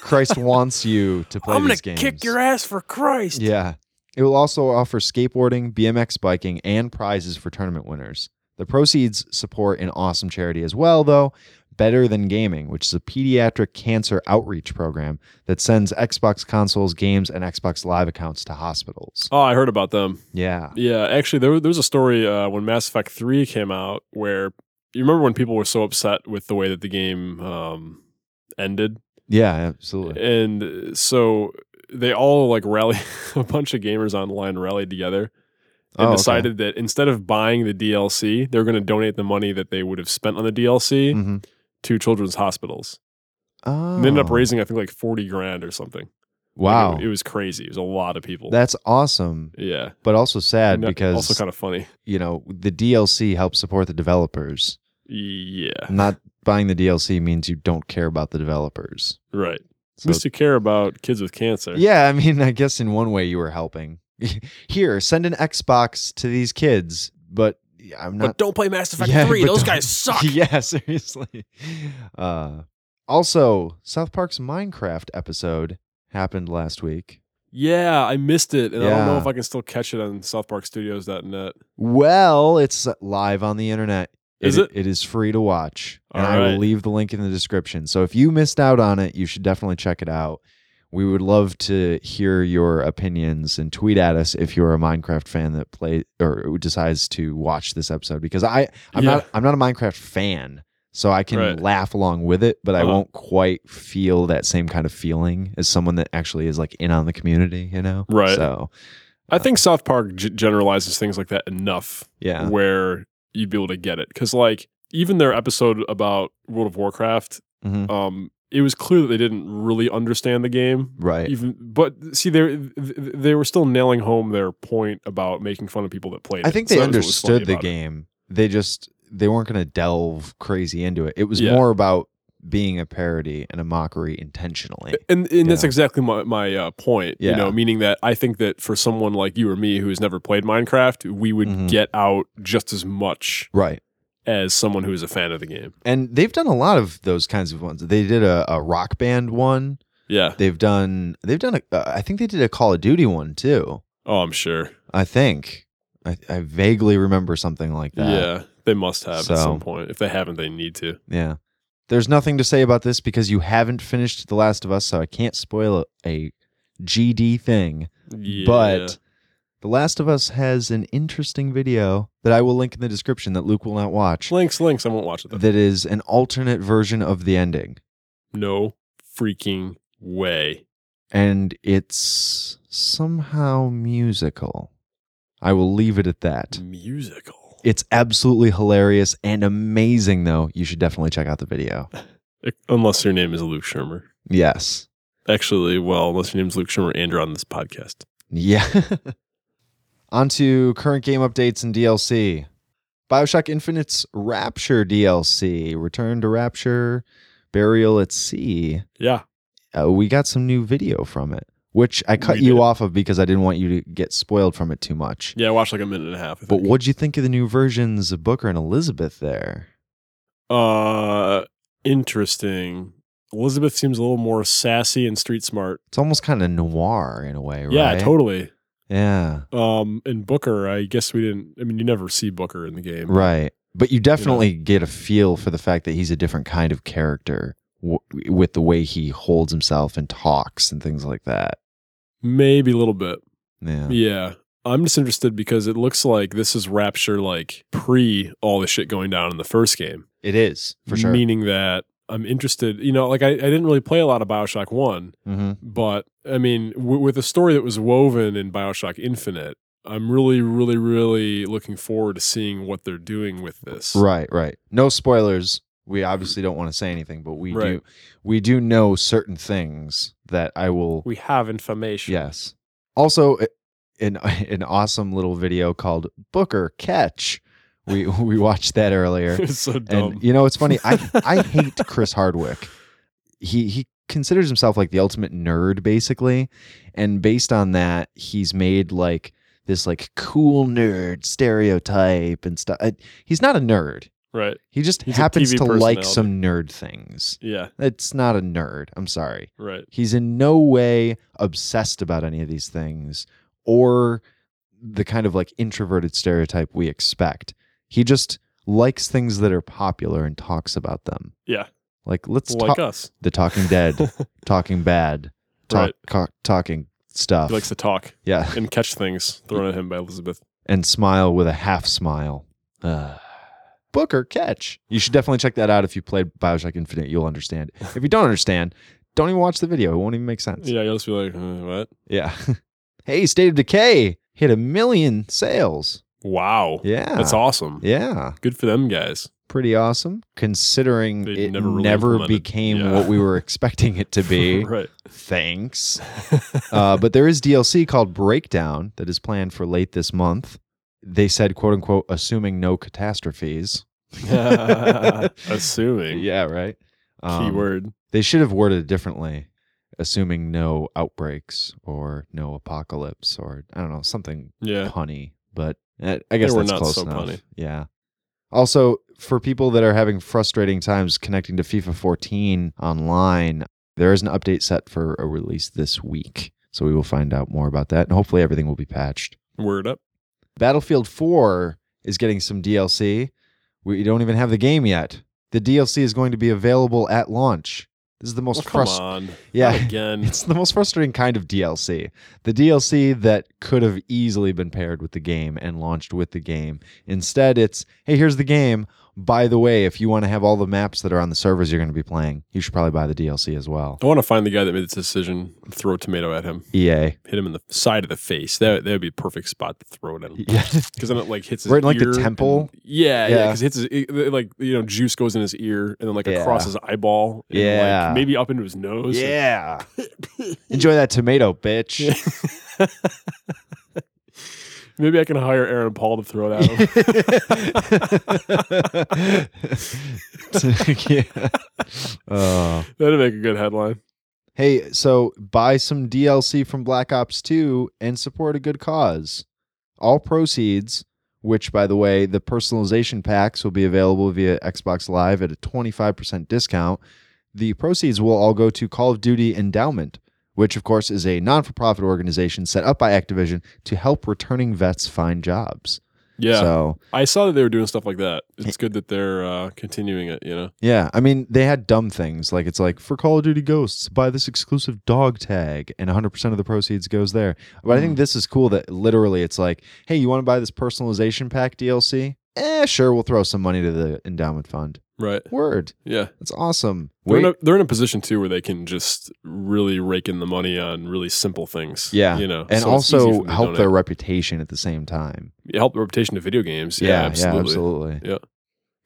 Christ wants you to play these games. ass for Christ. Yeah. It will also offer skateboarding, BMX biking, and prizes for tournament winners. The proceeds support an awesome charity as well, though, Better Than Gaming, which is a pediatric cancer outreach program that sends Xbox consoles, games, and Xbox Live accounts to hospitals. Oh, I heard about them. Yeah. Yeah, actually, there, there was a story uh, when Mass Effect 3 came out where you remember when people were so upset with the way that the game um, ended? Yeah, absolutely. And uh, so they all like rally, a bunch of gamers online rallied together and Oh, okay. decided that instead of buying the DLC, they were going to donate the money that they would have spent on the DLC Mhm. to children's hospitals. Oh. And they ended up raising, I think, like 40 grand or something. Wow. Like, it, it was crazy. It was a lot of people. That's awesome, yeah. but also sad And that- because, also kind of funny. you know, the DLC helps support the developers. Yeah. Not buying the DLC means you don't care about the developers. Right. So At least you care about kids with cancer. Yeah, I mean, I guess in one way you were helping. Here, send an Xbox to these kids, but I'm not. don't play Mass Yeah, but don't- Yeah, seriously. Uh, also, South Park's Minecraft episode happened last week. Yeah, I missed it, and I don't know Yeah. if I can still catch it on SouthParkStudios.net. Well, it's live on the internet. Is it? It is free to watch, and All I will right. leave the link in the description. So if you missed out on it, you should definitely check it out. We would love to hear your opinions and tweet at us if you're a Minecraft fan that play or who decides to watch this episode because I I'm Yeah. not I'm not a Minecraft fan, so I can Right. laugh along with it, but I Uh-huh. won't quite feel that same kind of feeling as someone that actually is like in on the community, you know? Right. So I think South Park g- generalizes things like that enough yeah, where you'd be able to get it. Because, like, even their episode about World of Warcraft, Mhm. um, it was clear that they didn't really understand the game. right. Even, but see, they they were still nailing home their point about making fun of people that played. I it. think So they that was what was funny understood the about it. game. They just they weren't going to delve crazy into it. It was Yeah. more about being a parody and a mockery intentionally. And and that's Yeah. exactly my my uh, point. You Yeah. know, meaning that I think that for someone like you or me who has never played Minecraft, we would Mhm. get out just as much Right. as someone who is a fan of the game. And they've done a lot of those kinds of ones. They did a, a rock band one. Yeah. They've done they've done a uh, I think they did a Call of Duty one too. Oh, I'm sure. I think I, I vaguely remember something like that. Yeah, they must have at So- some point. If they haven't, they need to. Yeah. There's nothing to say about this because you haven't finished The Last of Us, so I can't spoil a, a GD thing. Yeah. But The Last of Us has an interesting video that I will link in the description that Luke will not watch. Links, links. I won't watch it. Though. That is an alternate version of the ending, No freaking way. and it's somehow musical. I will leave it at Mm. that. Musical. It's absolutely hilarious and amazing, though. You should definitely check out the video. Unless your name is Luke Shermer. Yes. Actually, well, unless your name's Luke Shermer and you're on this podcast. Yeah. On to current game updates and DLC. Bioshock Infinite's Rapture DLC, Return to Rapture, Burial at Sea. Yeah. Uh, we got some new video from it, which I cut We you did. off of because I didn't want you to get spoiled from it too much. Yeah, I watched like a minute and a half. I But think. what'd you think of the new versions of Booker and Elizabeth there? Uh, interesting. Elizabeth seems a little more sassy and street smart. It's almost kind of noir in a way, right? Yeah, totally. Yeah, Um, and Booker, I guess we didn't. I mean, you never see Booker in the game. right. But you definitely get a feel for the fact that he's a different kind of character w- with the way he holds himself and talks and things like that. Maybe a little bit. Yeah. Yeah. I'm just interested because it looks like this is Rapture like pre all the shit going down in the first game. It is, for sure. Meaning that I'm interested, you know, like I, I didn't really play a lot of Bioshock 1, hmm but I mean, w- with a story that was woven in Bioshock Infinite, I'm really, really, really looking forward to seeing what they're doing with this. Right, right. No spoilers. We obviously don't want to say anything, but we do Right. we do know certain things that I will We have information. Yes. Also, i- an an awesome little video called Booker Catch. We we watched that earlier, it's so dumb. and you know it's funny. I I hate Chris Hardwick. He he considers himself like the ultimate nerd, basically, and based on that, he's made like this like cool nerd stereotype and stuff. I- He's not a nerd. right. He just He's a happens TV to like personality. some nerd things. Yeah. It's not a nerd. I'm sorry. Right. He's in no way obsessed about any of these things or the kind of like introverted stereotype we expect. He just likes things that are popular and talks about them. Yeah. Like let's like talk us. the Talking Dead, Talking Bad, talk, Right. co- talking stuff. He likes to talk yeah, and catch things thrown at him by Elizabeth. and smile with a half smile. Uh, Booker catch. You should definitely check that out if you played BioShock Infinite. You'll understand. If you don't understand, don't even watch the video. It won't even make sense. Yeah, you'll just be like, uh, what? Yeah. hey, State of Decay hit a million sales. Wow. Yeah. That's awesome. Yeah. Good for them guys. Pretty awesome considering They it never, never really implemented- became yeah. what we were expecting it to be. right. Thanks. Uh, but there is DLC called Breakdown that is planned for late this month. They said, quote unquote, assuming no catastrophes. Assuming. Yeah, right. Um, Keyword. They should have worded it differently, assuming no outbreaks or no apocalypse or, I don't know, something Yeah. punny, but uh, I guess were that's not close so enough. punny. Yeah. Also, for people that are having frustrating times connecting to FIFA 14 online, there is an update set for a release this week. So we will find out more about that, and hopefully everything will be patched. Word up. Battlefield 4 is getting some DLC. We don't even have the game yet. The DLC is going to be available at launch. This is the most Well, Oh, come frustrating. on. Yeah. Not Again. It's the most frustrating kind of DLC. The DLC that could have easily been paired with the game and launched with the game. Instead, it's hey, here's the game. By the way, if you want to have all the maps that are on the servers you're going to be playing, you should probably buy the DLC as well. E I want to find the guy that made this decision. Throw a tomato at him. EA. Hit him in the side of the face. That that would be a perfect spot to throw it at him. Yeah. Because then it like hits his Right in, like, the ear temple? and- yeah, yeah. Yeah. Because hits his, it- it, like you know juice goes in his ear and then like Yeah. across his eyeball. and, like, Yeah. maybe up into his nose. Yeah. Enjoy that tomato, bitch. Maybe I can hire Aaron Paul to throw it at him. yeah. Oh. That'd make a good headline. Hey, so buy some DLC from Black Ops 2 and support a good cause. All proceeds, which by the way, the personalization packs will be available via Xbox Live at a 25% discount. The proceeds will all go to Call of Duty Endowment, which of course is a non for profit organization set up by Activision to help returning vets find jobs. Yeah. So I saw that they were doing stuff like that. It's good that they're uh, continuing it, you know? yeah, I mean they had dumb things like it's like for Call of Duty Ghosts buy this exclusive dog tag and 100% of the proceeds goes there. But I Mm. think this is cool that literally it's like, hey, you want to buy this personalization pack DLC? Eh, sure, we'll throw some money to the endowment fund. Right. Word, Yeah. that's awesome. They're Wait, in, a, they're in a position, too, where they can just really rake in the money on really simple things. Yeah. You know? and so it's easy also for them to help donate. their reputation at the same time. Yeah, help the reputation of video games. Yeah, Yeah, absolutely. Yeah, absolutely. Yeah.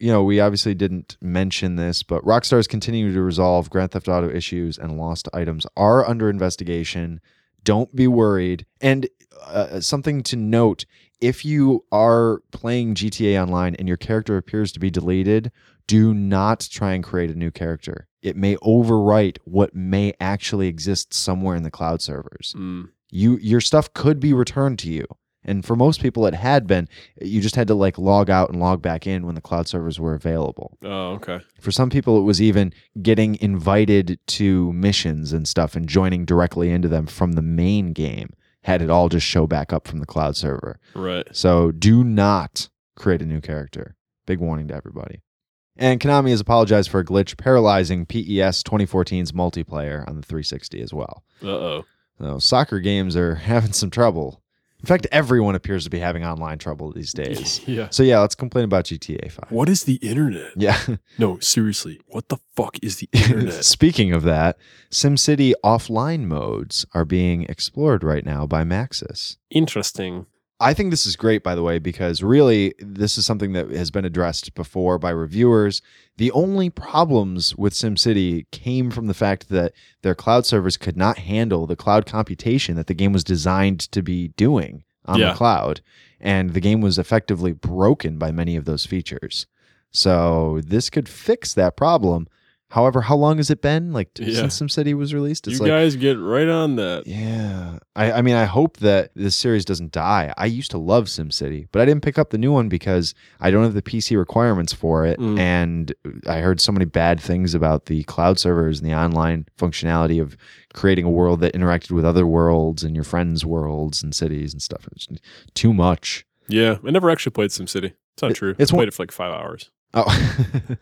You know, we obviously didn't mention this, but Rockstar is continuing to resolve Grand Theft Auto issues and lost items are under investigation. Don't be worried. And uh, something to note if you are playing GTA Online and your character appears to be deleted, do not try and create a new character. It may overwrite what may actually exist somewhere in the cloud servers Mm, you your stuff could be returned to you and for most people it had been you just had to like log out and log back in when the cloud servers were available oh, okay. for some people it was even getting invited to missions and stuff and joining directly into them from the main game had it all just show back up from the cloud server Right. so do not create a new character. Big warning to everybody. And Konami has apologized for a glitch paralyzing E PES 2014's multiplayer on the 360 as well. Uh oh. So soccer games are having some trouble. In fact, everyone appears to be having online trouble these days. yeah. So yeah, let's complain about GTA 5. What is the internet? Yeah. No, seriously. What the fuck is the internet? Speaking of that, SimCity offline modes are being explored right now by Maxis. Interesting. I think this is great, by the way, because really this is something that has been addressed before by reviewers. The only problems with SimCity came from the fact that their cloud servers could not handle the cloud computation that the game was designed to be doing on Yeah. the cloud. And the game was effectively broken by many of those features. So this could fix that problem. However, how long has it been? Like t- Yeah. since SimCity was released? you like guys get right on that. yeah. I, I mean, I hope that this series doesn't die. I used to love SimCity, but I didn't pick up the new one because I don't have the PC requirements for it. Mm. And I heard so many bad things about the cloud servers and the online functionality of creating a world that interacted with other worlds and your friends' worlds and cities and stuff. It's just too much. Yeah, I never actually played SimCity. It's not It- true. it's I one- played it for like five hours. Oh,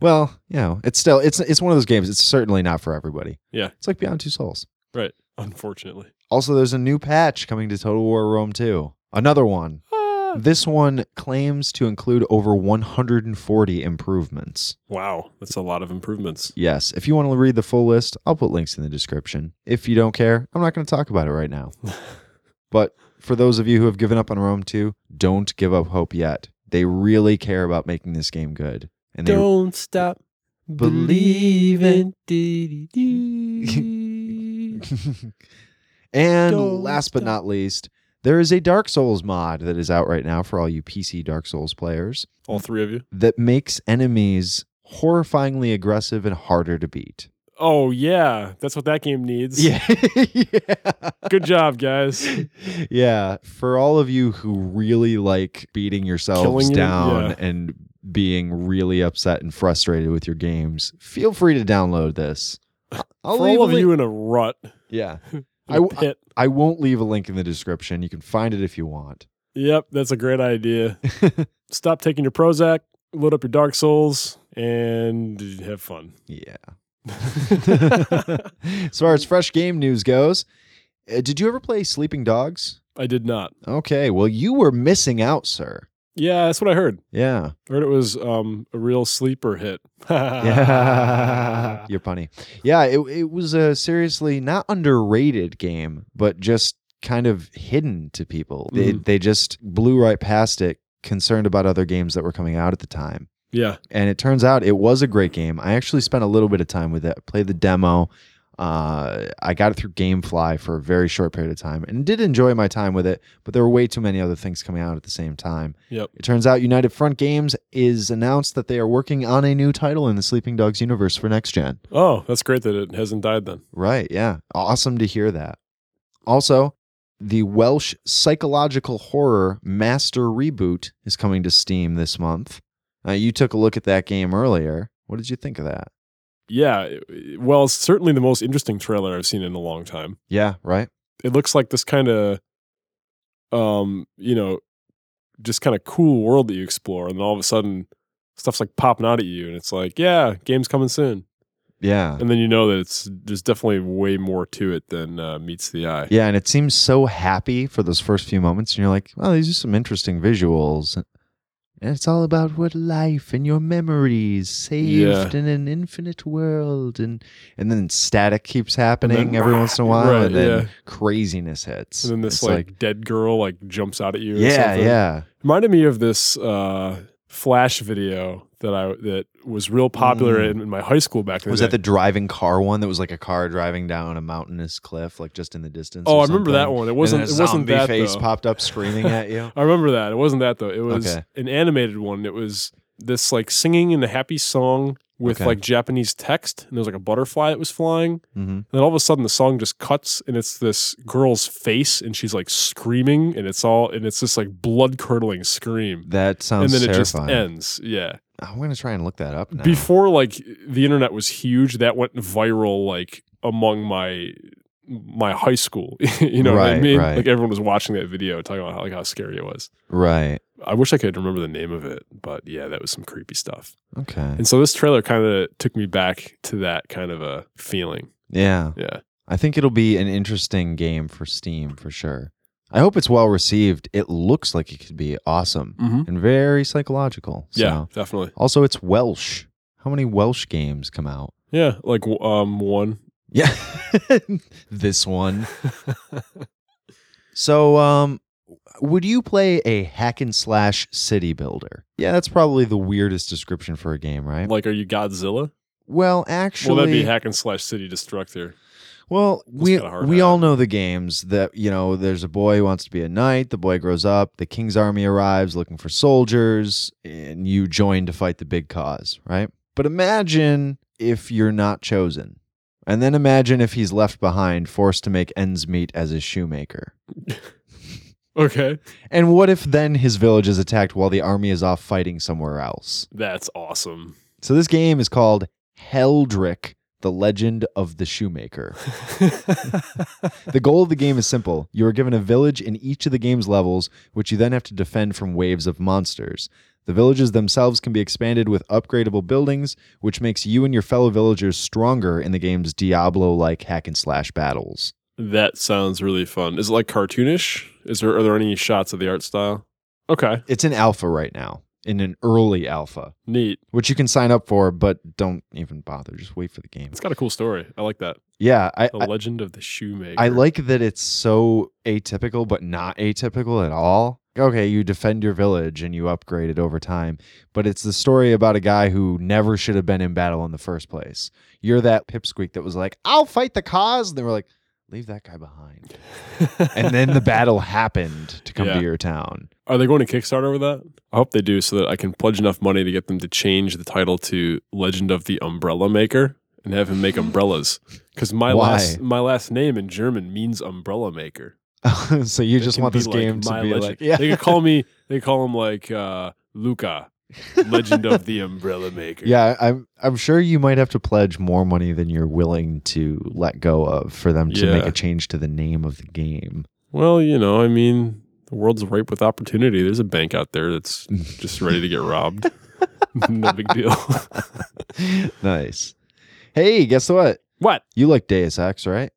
well, you know, it's still, it's, it's one of those games. It's certainly not for everybody. Yeah. It's like Beyond Two Souls. Right. Unfortunately. Also, there's a new patch coming to Total War Rome 2. Another one. This one claims to include over 140 improvements. Wow, that's a lot of improvements. Yes, if you want to read the full list, I'll put links in the description. If you don't care, I'm not going to talk about it right now. But for those of you who have given up on Rome 2, don't give up hope yet. They really care about making this game good. And they Don't stop believing. Dee-dee-dee. and Don't last but stop. not least, there is a Dark Souls mod that is out right now for all you PC Dark Souls players. All three of you. that makes enemies horrifyingly aggressive and harder to beat. Oh yeah, that's what that game needs. yeah. Good job, guys. Yeah. For all of you who really like beating yourselves Killing you, down yeah. and being really upset and frustrated with your games, feel free to download this. I'll for leave all a of link- you in a rut, Yeah. in I a w- pit. I won't leave a link in the description. You can find it if you want. Yep, that's a great idea. Stop taking your Prozac, load up your Dark Souls, and have fun. Yeah. as far as fresh game news goes, uh, did you ever play Sleeping Dogs? I did not. Okay, well, you were missing out, sir. Yeah, that's what I heard. Yeah, I heard it was um, a real sleeper hit. yeah, you're funny. Yeah, it it was a seriously not underrated game, but just kind of hidden to people. They Mhm. they just blew right past it, concerned about other games that were coming out at the time. Yeah. and it turns out it was a great game. I actually spent a little bit of time with it. I played the demo. Uh, I got it through GameFly for a very short period of time and did enjoy my time with it, but there were way too many other things coming out at the same time. Yep. It turns out United Front Games is announced that they are working on a new title in the Sleeping Dogs universe for next gen. Oh, that's great that it hasn't died then. Right. Yeah. Awesome to hear that. Also, the Welsh psychological horror Master Reboot is coming to Steam this month. Uh, you took a look at that game earlier. What did you think of that? Yeah. it- Well, it's certainly the most interesting trailer I've seen in a long time. Yeah. Right. It looks like this kind of, um, you know, just kind of cool world that you explore, and then all of a sudden stuff's like popping out at you, and it's like, yeah, game's coming soon, Yeah. and then you know that it's there's definitely way more to it than uh, meets the eye. Yeah, and it seems so happy for those first few moments, and you're like, "Well, these are some interesting visuals." And it's all about what life and your memories saved Yeah. in an infinite world, and and then static keeps happening then- every once in a while, Right, and then yeah. craziness hits. And then this It's like, dead girl like jumps out at you. or yeah, something. yeah, Reminded me of this uh, Flash video that I that was real popular Mm. in, in my high school back in was the that day. the driving car one that was like a car driving down a mountainous cliff, like just in the distance? oh, or I remember that something? one. It And then wasn't. a It wasn't zombie that face though. popped up screaming at you. I remember that. It wasn't that though. It was Okay. an animated one. It was this like singing in a happy song with Okay. like Japanese text, and there was like a butterfly that was flying. And hmm then all of a sudden, the song just cuts, and it's this girl's face, and she's like screaming, and it's all, and it's this like blood curdling scream, That sounds and then terrifying. it just ends. Yeah. I'm gonna try and look that up now. before like the internet was huge that went viral like among my my high school you know what i Right, mean right. like everyone was watching that video talking about how, like how scary it was right? i wish i could remember the name of it but yeah that was some creepy stuff Okay. and so this trailer kind of took me back to that kind of a feeling Yeah. yeah I think it'll be an interesting game for Steam for sure. I hope it's well received. It looks like it could be awesome mm-hmm. and very psychological. So. yeah definitely Also, it's Welsh. How many Welsh games come out? yeah like w- um one Yeah. this one. So, um, would you play a hack and slash city builder? Yeah, that's probably the weirdest description for a game, right? like are you godzilla well, well that'd be actually, hack and slash city destructor Well, we kinda hard we to all know the games that you know. There's a boy who wants to be a knight. The boy grows up. The king's army arrives looking for soldiers, and you join to fight the big cause, right? But imagine if you're not chosen, and then imagine if he's left behind, forced to make ends meet as a shoemaker. okay And what if then his village is attacked while the army is off fighting somewhere else? that's awesome So this game is called Heldrick: The Legend of the Shoemaker. The goal of the game is simple. You are given a village in each of the game's levels, which you then have to defend from waves of monsters. The villages themselves can be expanded with upgradable buildings, which makes you and your fellow villagers stronger in the game's Diablo like hack and slash battles. That sounds really fun. Is it like cartoonish? Is there are there any shots of the art style? Okay, It's in alpha right now, in an early alpha, neat. which you can sign up for, but don't even bother. Just wait for the game. It's got a cool story. I like that. Yeah, I, The I, Legend of the Shoemaker. I like that it's so atypical, but not atypical at all. Okay, you defend your village and you upgrade it over time, but it's the story about a guy who never should have been in battle in the first place. You're that pipsqueak that was like, I'll fight the cause. And they were like, leave that guy behind. And then the battle happened to come Yeah. to your town. are they going to Kickstarter with that? I hope they do, so that I can pledge enough money to get them to change the title to Legend of the Umbrella Maker and have him make umbrellas. Because my Why? last my last name in German means umbrella maker. so you They just can want be this like game to my be legend. like, yeah. They could call me. They call him like uh, Luca, Legend of the Umbrella Maker. Yeah, I'm I'm sure you might have to pledge more money than you're willing to let go of for them to make Yeah. a change to the name of the game. Well, you know, I mean, the world's ripe with opportunity. There's a bank out there that's just ready to get robbed. no big deal. nice. Hey, guess what? what? You like Deus Ex, right?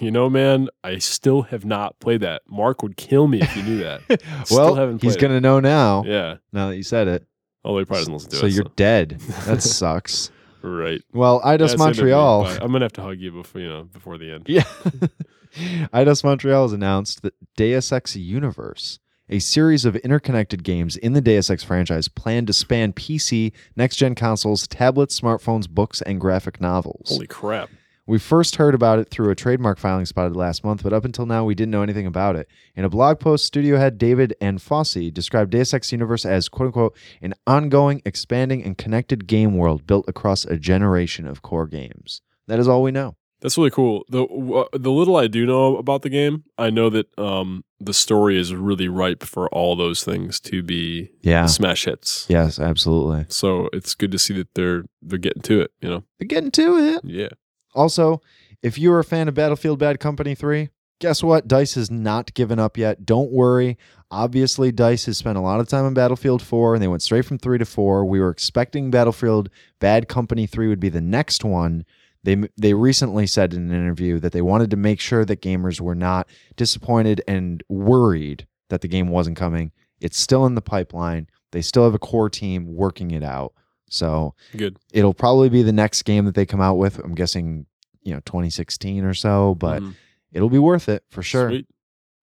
You know, man, I still have not played that. Mark would kill me if you knew that. Still well, haven't he's played it. gonna know now. Yeah. Now that you said it, Although he probably doesn't listen to so it. you're dead. That sucks. right. Well, Idos That's the end of me, Montreal. but I'm gonna have to hug you before you know before the end. Yeah. Eidos Montreal has announced that Deus Ex Universe, a series of interconnected games in the Deus Ex franchise planned to span PC, next gen consoles, tablets, smartphones, books, and graphic novels. Holy crap! We first heard about it through a trademark filing spotted last month, but up until now, we didn't know anything about it. In a blog post, studio head David and Fossey described Deus Ex Universe as, quote unquote, an ongoing, expanding, and connected game world built across a generation of core games. That is all we know. That's really cool. The w- the little I do know about the game, I know that um, the story is really ripe for all those things to be Yeah. smash hits. Yes, absolutely. So it's good to see that they're they're getting to it. You know, But getting to it. yeah. Also, if you are a fan of Battlefield Bad Company 3, guess what? Dice has not given up yet. Don't worry. Obviously, Dice has spent a lot of time on Battlefield 4, and they went straight from 3 to 4. We were expecting Battlefield Bad Company 3 would be the next one. They, they recently said in an interview that they wanted to make sure that gamers were not disappointed and worried that the game wasn't coming. It's still in the pipeline. They still have a core team working it out. So Good. it'll probably be the next game that they come out with. I'm guessing, you know, 2016 or so, but Mhm. it'll be worth it for sure. Sweet.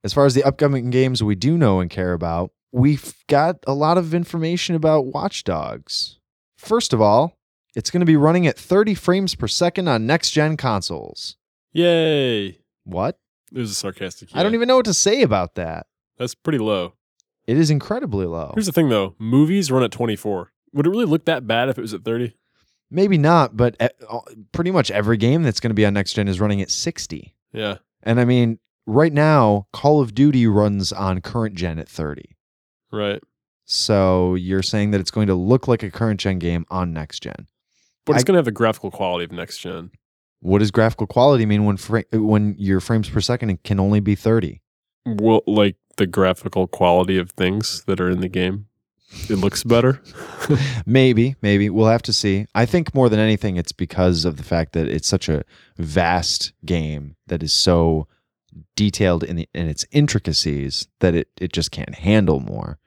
As far as the upcoming games we do know and care about, we've got a lot of information about Watchdogs. First of all, it's going to be running at 30 frames per second on next gen consoles. Yay. It What? was a sarcastic. I don't yeah. even know what to say about that. That's pretty low. It is incredibly low. Here's the thing though movies run at 24. Would it really look that bad if it was at 30? Maybe not, but eh, uh, pretty much every game that's going to be on next gen is running at 60. Yeah. And I mean, right now, Call of Duty runs on current gen at 30. Right. So you're saying that it's going to look like a current gen game on next gen. But it's I- going to have the graphical quality of next gen. What does graphical quality mean when fra- when your frames per second can only be 30? Well, like the graphical quality of things that are in the game. It looks better. Maybe, maybe we'll have to see. I think more than anything it's because of the fact that it's such a vast game that is so detailed in the, in its intricacies that it it just can't handle more.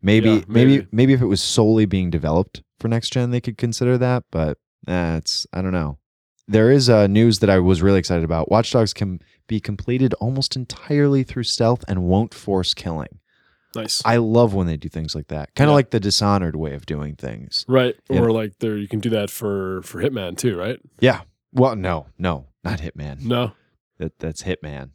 Maybe, Yeah, maybe maybe. maybe if it was solely being developed for next gen they could consider that, but that's I don't know. There is uh, news that I was really excited about. Watch Dogs can be completed almost entirely through stealth and won't force killing. nice. I love when they do things like that. Kind of Yeah. like the Dishonored way of doing things. right. Yeah. Or like there, you can do that for for Hitman too, right? Well, no, no, not Hitman. No. That that's Hitman.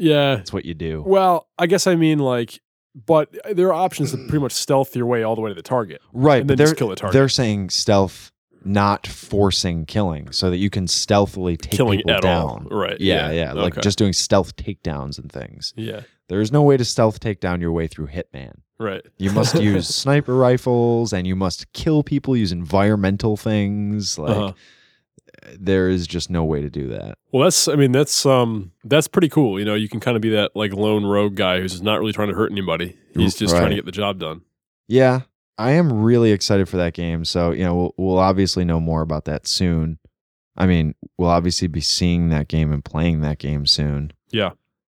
Yeah. That's what you do. Well, I guess I mean like, but there are options to pretty much stealth your way all the way to the target Right, and but then they're just kill the target. they're saying stealth, not forcing killing, so that you can stealthily take killing people at down. all. Right. Yeah, yeah, like Okay. just doing stealth takedowns and things. yeah. There is no way to stealth take down your way through Hitman. Right. You must use sniper rifles, and you must kill people. Use environmental things. Like Uh-huh. there is just no way to do that. Well, that's I mean that's um that's pretty cool. You know, you can kind of be that like lone rogue guy who's not really trying to hurt anybody. He's just trying Right. to get the job done. Yeah, I am really excited for that game. So you know, we'll, we'll obviously know more about that soon. I mean, we'll obviously be seeing that game and playing that game soon. Yeah.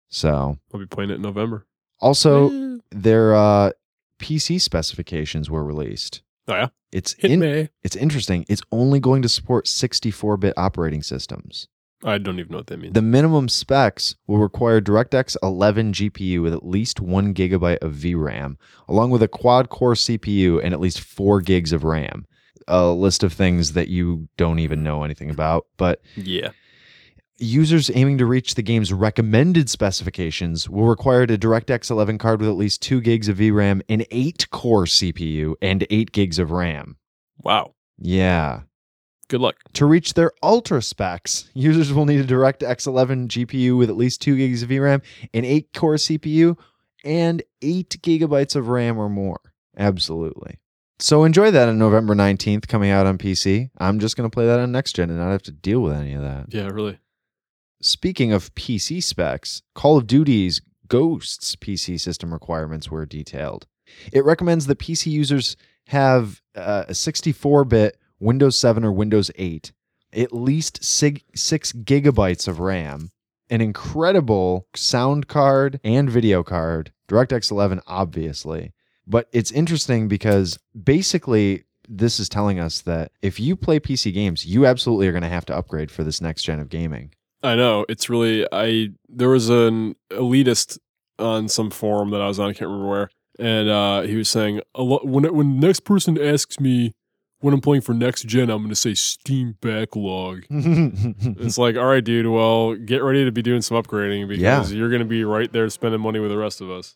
So I'll be playing it in November. also, Eh, their uh, PC specifications were released. Oh, yeah? It's hit in, May. it's interesting. It's only going to support 64-bit operating systems. I don't even know what that means. The minimum specs will require DirectX 11 GPU with at least one gigabyte of VRAM, along with a quad core CPU and at least four gigs of RAM. A list of things that you don't even know anything about, but yeah. users aiming to reach the game's recommended specifications will require a DirectX 11 card with at least two gigs of VRAM, an eight core CPU, and eight gigs of RAM. Wow. Yeah. Good luck. To reach their ultra specs, users will need a DirectX 11 GPU with at least 2 gigs of VRAM, an 8 core CPU, and 8 gigabytes of RAM or more. Absolutely. So enjoy that on November 19th coming out on PC. I'm just going to play that on next gen and not have to deal with any of that. Yeah, really. Speaking of PC specs, Call of Duty's Ghosts PC system requirements were detailed. It recommends that PC users have uh, a 64 bit Windows 7 or Windows 8, at least sig- 6 gigabytes of RAM, an incredible sound card and video card, DirectX 11, obviously. But it's interesting because basically, this is telling us that if you play PC games, you absolutely are going to have to upgrade for this next gen of gaming. I know. It's really I there was an elitist on some forum that I was on, I can't remember where, and uh, he was saying a lot when when next person asks me when I'm playing for next gen, I'm gonna say Steam backlog. It's like, all right, dude, well, get ready to be doing some upgrading because you're going to be right there spending money with the rest of us.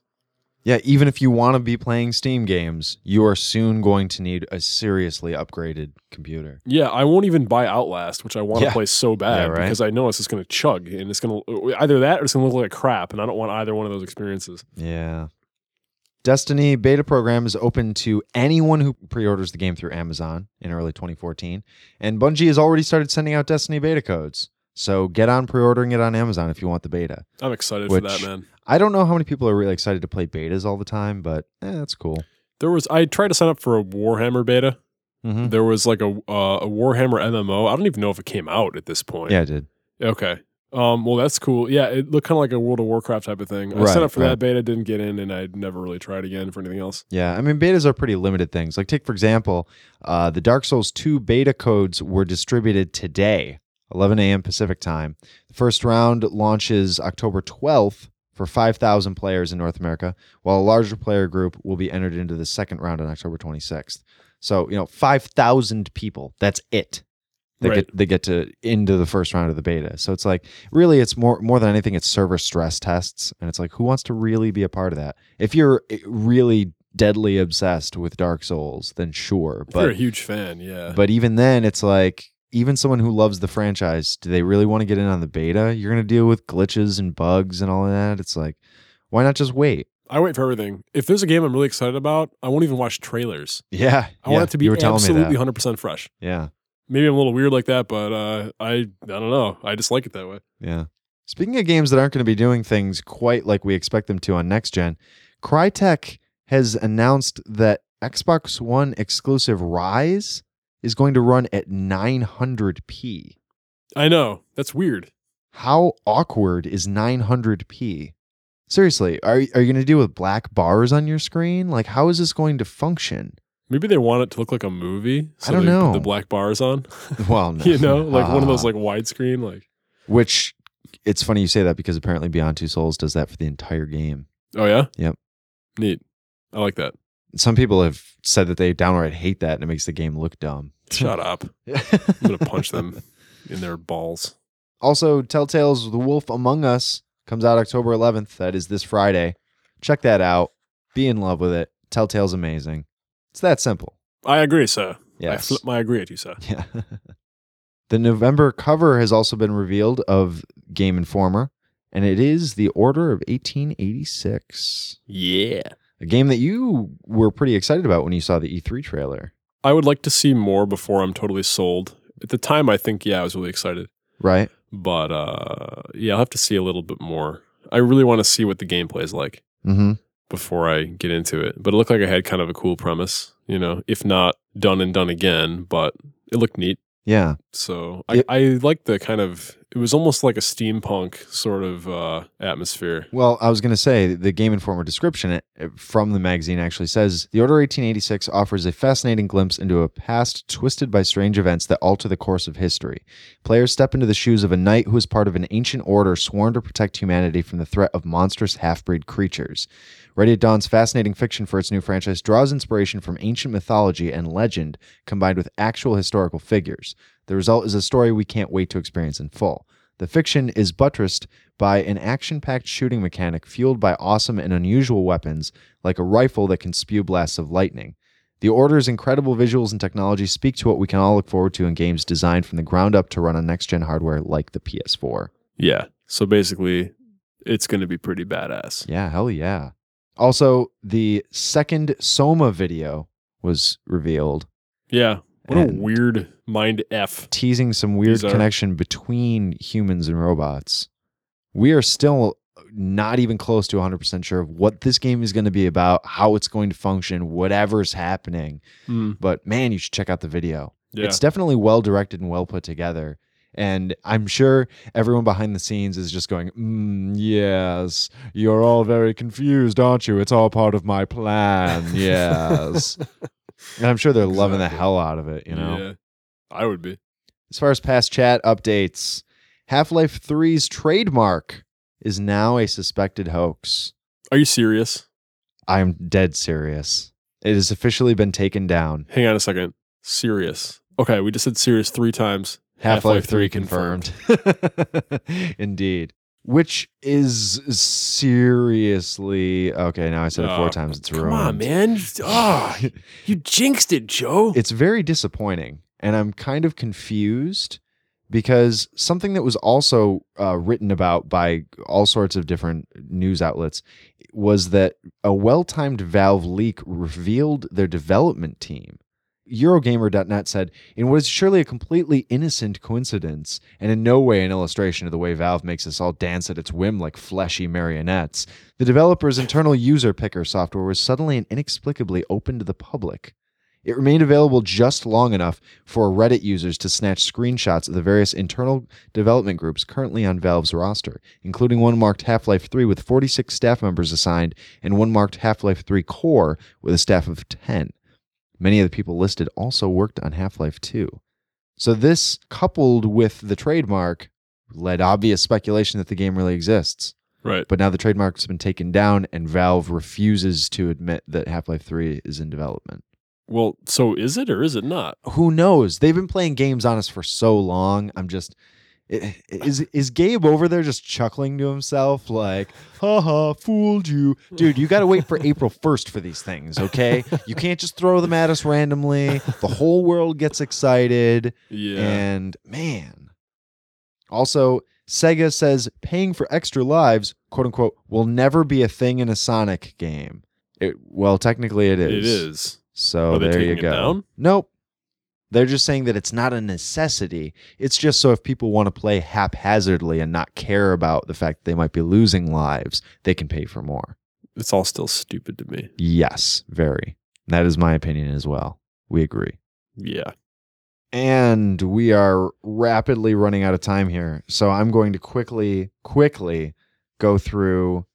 yeah, even if you want to be playing Steam games, you are soon going to need a seriously upgraded computer. Yeah, I won't even buy Outlast, which I want to Yeah. play so bad Yeah, right. because I know it's just going to chug and it's going to either that or it's going to look like crap. And I don't want either one of those experiences. Yeah. Destiny beta program is open to anyone who pre-orders the game through Amazon in early 2014, and Bungie has already started sending out Destiny beta codes. So get on pre-ordering it on Amazon if you want the beta. I'm excited for that, Which- man. I don't know how many people are really excited to play betas all the time, but eh, that's cool. There was I tried to sign up for a Warhammer beta. hmm There was like a uh, a Warhammer MMO. I don't even know if it came out at this point. Yeah, I did. Okay. Um. Well, that's cool. Yeah, it looked kind of like a World of Warcraft type of thing. I Right, signed up for right. that beta, didn't get in, and I never really tried again for anything else. Yeah, I mean betas are pretty limited things. Like take for example, uh, the Dark Souls 2 beta codes were distributed today, 11 a.m. Pacific time. The first round launches October 12th for 5,000 players in North America, while a larger player group will be entered into the second round on October 26th. So you know, 5,000 people. That's it. They Right. get they get to into the first round of the beta. So it's like really it's more more than anything it's server stress tests and it's like who wants to really be a part of that? If you're eh, really deadly obsessed with Dark Souls, then sure, If you're a but huge fan, yeah. but even then it's like even someone who loves the franchise, do they really want to get in on the beta? You're going to deal with glitches and bugs and all of that. It's like why not just wait? I wait for everything. If there's a game I'm really excited about, I won't even watch trailers. Yeah. I yeah, want it to be you were telling me that. absolutely 100% fresh. Yeah. Maybe I'm a little weird like that, but uh, I I don't know. I just like it that way. Yeah. Speaking of games that aren't going to be doing things quite like we expect them to on next gen, Crytek has announced that Xbox One exclusive Rise is going to run at 900p. I know that's weird. How awkward is 900p? Seriously, are, are you going to deal with black bars on your screen? Like, how is this going to function? Maybe they want it to look like a movie. So I don't they put know. the black bars on. Well, no. you know, like one of those Uh, like widescreen. Like Which, it's funny you say that because apparently Beyond Two Souls does that for the entire game. oh yeah, Yep. neat. I like that. some people have said that they downright hate that and it makes the game look dumb. Shut up. I'm gonna punch them in their balls. Also, Telltale's The Wolf Among Us comes out October 11th. That is this Friday. Check that out. Be in love with it. Telltale's amazing. It's that simple. I agree, sir. I Yes. flip my agree at you, sir. Yeah. the November cover has also been revealed of Game Informer, and it is The Order of 1886, Yeah. a game that you were pretty excited about when you saw the E3 trailer, I would like to see more before I'm totally sold. At the time, I think yeah, I was really excited. right? but uh yeah i'll have to see a little bit more i really want to see what the gameplay is like Mm-hmm. before i get into it but it looked like i had kind of a cool premise you know if not done and done again but it looked neat Yeah. so Yep. i i like the kind of it was almost like a steampunk sort of uh atmosphere Well, I was going to say the Game Informer description uh, from the magazine actually says The Order 1886 offers a fascinating glimpse into a past twisted by strange events that alter the course of history. Players step into the shoes of a knight who is part of an ancient order sworn to protect humanity from the threat of monstrous half breed creatures. Ready at Dawn's fascinating fiction for its new franchise draws inspiration from ancient mythology and legend combined with actual historical figures. The result is a story we can't wait to experience in full. The fiction is buttressed by an action packed shooting mechanic fueled by awesome and unusual weapons like a rifle that can spew blasts of lightning. The Order's incredible visuals and technology speak to what we can all look forward to in games designed from the ground up to run on next gen hardware like the PS4. yeah so basically it's going to be pretty badass Yeah, hell yeah. Also, the second Soma video was revealed, yeah what a And- weird mind f teasing some weird These are- connection between humans and robots. We are still not even close to 100% sure of what this game is going to be about, how it's going to function, whatever's happening. Mm, But man, you should check out the video. yeah It's definitely well directed and well put together. And I'm sure everyone behind the scenes is just going, mm, yes, you're all very confused, aren't you? It's all part of my plan. Yes. and I'm sure they're loving the Exactly. hell out of it, you know? yeah i would be As far as past chat updates, Half Life 3's trademark is now a suspected hoax. are you serious I'm dead serious. It has officially been taken down. Hang on a second. Serious. Okay, we just said serious three times. Half Half-Life Life 3 3 confirmed. Indeed. Which is seriously okay. Now I said it four Oh, times. It's Come ruined. on, man. Oh, you jinxed it, Joe. it's very disappointing, and I'm kind of confused because something that was also uh, written about by all sorts of different news outlets was that a well-timed Valve leak revealed their development team Eurogamer.net said, in what is surely a completely innocent coincidence and in no way an illustration of the way Valve makes us all dance at its whim like fleshy marionettes, the developer's internal user picker software was suddenly and inexplicably open to the public. It remained available just long enough for Reddit users to snatch screenshots of the various internal development groups currently on Valve's roster, including one marked Half Life 3 with 46 staff members assigned and one marked Half Life 3 Core with a staff of 10. Many of the people listed also worked on Half Life 2. So, this coupled with the trademark led obvious speculation that the game really exists. Right. But now the trademark's been taken down, and Valve refuses to admit that Half Life 3 is in development. Well, so is it or is it not? Who knows? They've been playing games on us for so long. I'm just. i- Is is Gabe over there just chuckling to himself like, haha, fooled you, dude? You got to wait for April first for these things, okay? You can't just throw them at us randomly. The whole world gets excited. Yeah. And man. Also, Sega says paying for extra lives, quote unquote, will never be a thing in a Sonic game. It, well, technically it is. it is. So Are they there you taking go. it down? Nope. They're just saying that it's not a necessity. It's just so if people want to play haphazardly and not care about the fact that they might be losing lives, they can pay for more. It's all still stupid to me. Yes, very. That is my opinion as well. We agree. Yeah. And we are rapidly running out of time here. So I'm going to quickly, quickly go through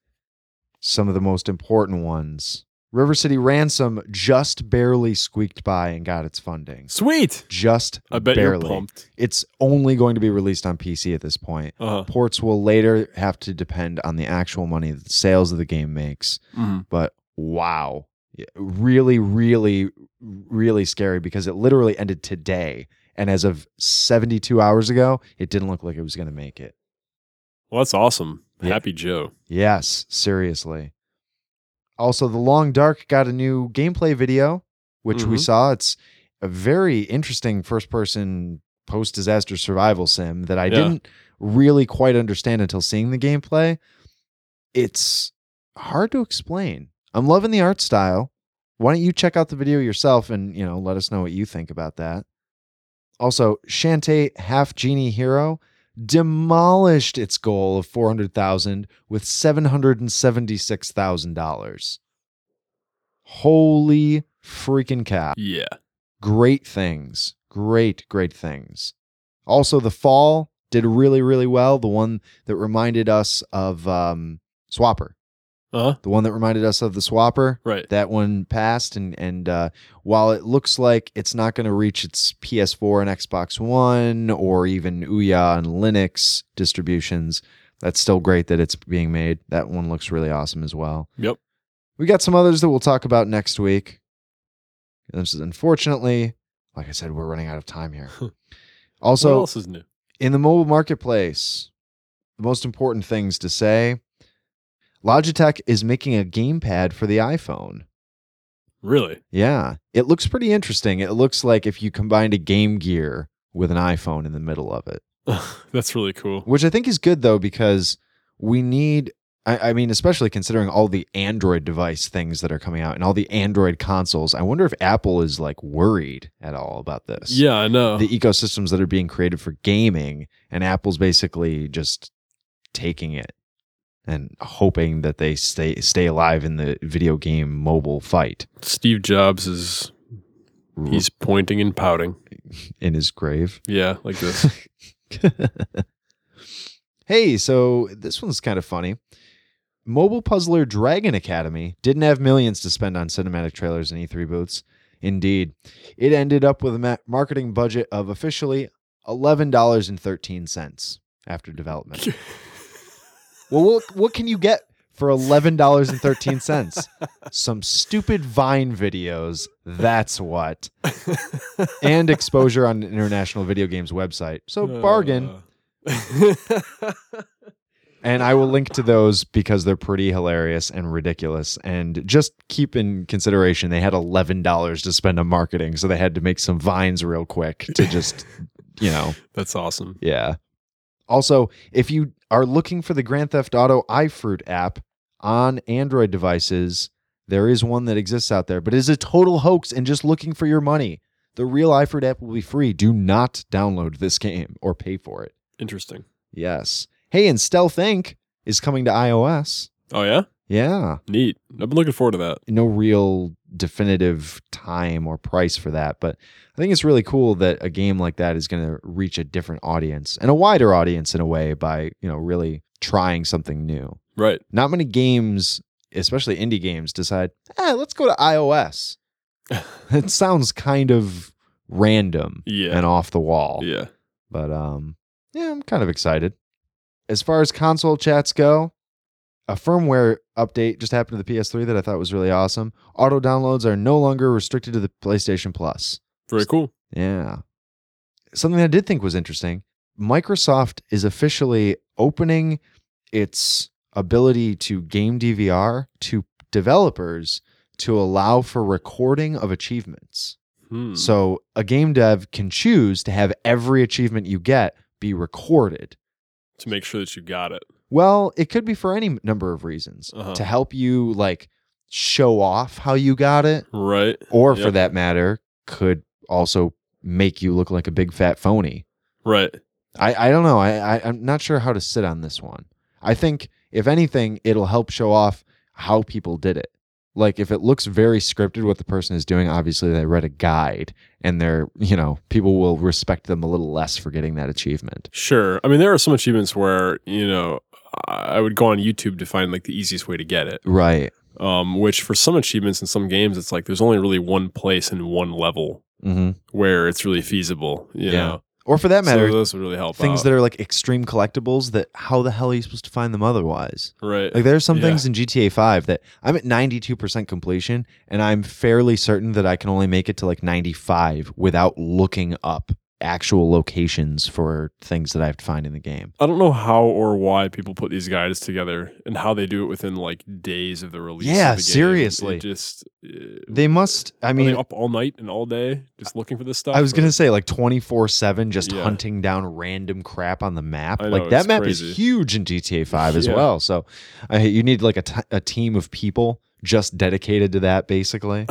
some of the most important ones. River City Ransom just barely squeaked by and got its funding. Sweet. Just I bet barely. you're pumped. It's only going to be released on PC at this point. Uh huh. Ports will later have to depend on the actual money that the sales of the game makes. But wow. Yeah, Really, really, really scary because it literally ended today. And as of 72 hours ago, it didn't look like it was going to make it. Well, that's awesome. Yeah. Happy Joe. Yes, seriously. Also, The Long Dark got a new gameplay video, which we Mhm. saw. It's a very interesting first person post disaster survival sim that I Yeah. didn't really quite understand until seeing the gameplay. It's hard to explain. I'm loving the art style. Why don't you check out the video yourself and, you know, let us know what you think about that. Also, Shantae Half Genie Hero demolished its goal of 400,000 with $776,000. Holy freaking cow. Yeah. Great things. Great, great things. Also, The Fall did really, really well. The one that reminded us of um, Swapper. Uh huh. The one that reminded us of the Swapper Right. that one passed and and uh, while it looks like it's not going to reach its ps4 and xbox one or even ouya and linux distributions that's still great that it's being made that one looks really awesome as well Yep. we got some others that we'll talk about next week this is unfortunately like i said we're running out of time here what also else is new? in the mobile marketplace, the most important things to say Logitech is making a gamepad for the iPhone. Really? Yeah, it looks pretty interesting. It looks like if you combined a Game Gear with an iPhone in the middle of it, that's really cool. which I think is good though, because we need. I, I mean, especially considering all the Android device things that are coming out and all the Android consoles, I wonder if Apple is like worried at all about this Yeah, I know. the ecosystems that are being created for gaming and apple's basically just taking it and hoping that they stay stay alive in the video game mobile fight Steve Jobs is he's pointing and pouting. in his grave Yeah, like this. hey so this one's kind of funny mobile puzzler dragon academy didn't have millions to spend on cinematic trailers and e3 booths indeed it ended up with a ma- marketing budget of officially $11.13 after development Well, what, what can you get for eleven dollars and thirteen cents? Some stupid Vine videos. That's what. And exposure on an international video games website. So bargain. Uh, And I will link to those because they're pretty hilarious and ridiculous. And just keep in consideration they had eleven dollars to spend on marketing, so they had to make some vines real quick to just, you know, That's awesome. Yeah. Also, if you are looking for the Grand Theft Auto iFruit app on Android devices, there is one that exists out there, but it is a total hoax and just looking for your money. The real iFruit app will be free. Do not download this game or pay for it. Interesting. Yes. Hey, and Stealth Inc. is coming to iOS. Oh yeah, Yeah. neat. I've been looking forward to that. No real definitive time or price for that, but I think it's really cool that a game like that is going to reach a different audience and a wider audience in a way by, you know, really trying something new. Right. Not many games, especially indie games, decide, eh, let's go to iOS. it sounds kind of random Yeah. and off the wall. Yeah. But um, yeah, I'm kind of excited. As far as console chats go, a firmware update just happened to the PS3 that I thought was really awesome. Auto downloads are no longer restricted to the PlayStation Plus. Very cool. Yeah. Something I did think was interesting Microsoft is officially opening its ability to game DVR to developers to allow for recording of achievements. Hmm. So a game dev can choose to have every achievement you get be recorded. to make sure that you got it. Well, it could be for any number of reasons Uh-huh. to help you like show off how you got it, Right. or for Yep. that matter, could also make you look like a big fat phony. Right. I, I don't know. I, I I'm not sure how to sit on this one. I think if anything, it'll help show off how people did it. Like if it looks very scripted what the person is doing, obviously they read a guide and they're you know, people will respect them a little less for getting that achievement. Sure. I mean, there are some achievements where you know I I would go on YouTube to find like the easiest way to get it. Right. Um, which for some achievements in some games, it's like there's only really one place and one level hmm where it's really feasible. You Yeah. know. Or for that matter, so uh, those would really help. things out. that are like extreme collectibles that how the hell are you supposed to find them otherwise? right. Like there are some Yeah. things in GTA 5 that I'm at 92% completion and I'm fairly certain that I can only make it to like 95 without looking up actual locations for things that I have to find in the game. I don't know how or why people put these guides together and how they do it within like days of the release. of Yeah, the game. seriously. It just uh, They must I I mean, mean up all night and all day just looking for this stuff. I was or- going to say like 24/7 just Yeah. hunting down random crap on the map. I like know, that it's map crazy. is huge in GTA 5 as Yeah. well. So I you need like a, t- a team of people just dedicated to that basically.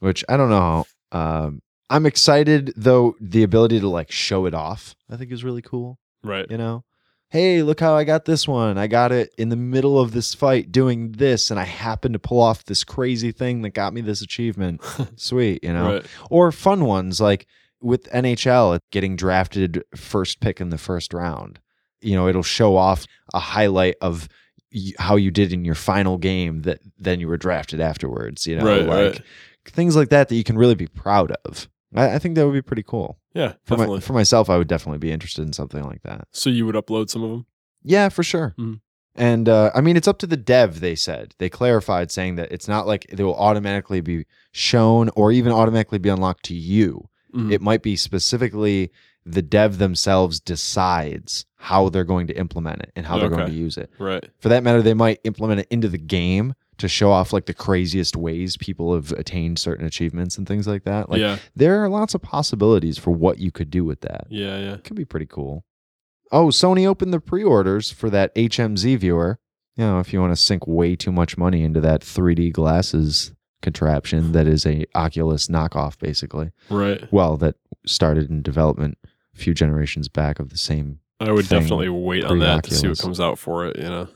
which I don't know. Um, I'm excited though the ability to like show it off. I think is really cool. right. You know, hey, look how I got this one. I got it in the middle of this fight doing this, and I happened to pull off this crazy thing that got me this achievement. Sweet, you know. Right. Or fun ones like with NHL getting drafted first pick in the first round. You know, it'll show off a highlight of y- how you did in your final game that then you were drafted afterwards. You know, right. like right. things like that that you can really be proud of. I, I think that would be pretty cool. Yeah. For, Definitely. my, for myself, I would definitely be interested in something like that. so you would upload some of them. Yeah, for sure. Mhm. And uh, I mean, it's up to the dev, they said. They clarified saying that it's not like they will automatically be shown or even automatically be unlocked to you. Mhm. It might be specifically the dev themselves decides how they're going to implement it and how they're going Okay. to use it. right. For that matter, they might implement it into the game to show off like the craziest ways people have attained certain achievements and things like that. Like, yeah. there are lots of possibilities for what you could do with that. Yeah. Yeah. It could be pretty cool. Oh, Sony opened the pre orders for that HMZ viewer. You know, if you want to sink way too much money into that 3D glasses contraption that is a Oculus knockoff, basically. Right. Well, that started in development a few generations back of the same. I would thing, definitely wait on that to see what pre-Oculus. comes out for it. You know.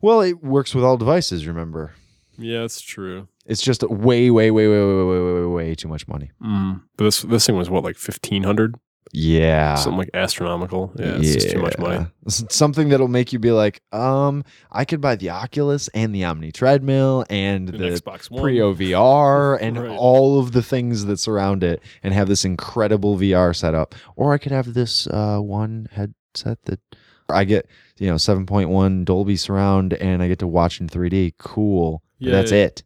Well, it works with all devices, remember? Yeah, it's true. It's just way, way, way, way, way, way, way, way, way too much money. Mm. But this this thing was what like fifteen hundred Yeah. something like astronomical. Yeah. It's just too much money. Ah. Yeah. S- Something that'll make you be like, um, I could buy the Oculus and the Omni treadmill and An the Xbox One. Preo VR and Right. all of the things that surround it and have this incredible VR setup. Or I could have this uh, one headset that I get, you know, 7.1 Dolby surround and I get to watch in 3D. Cool. But Yeah, that's yeah. it.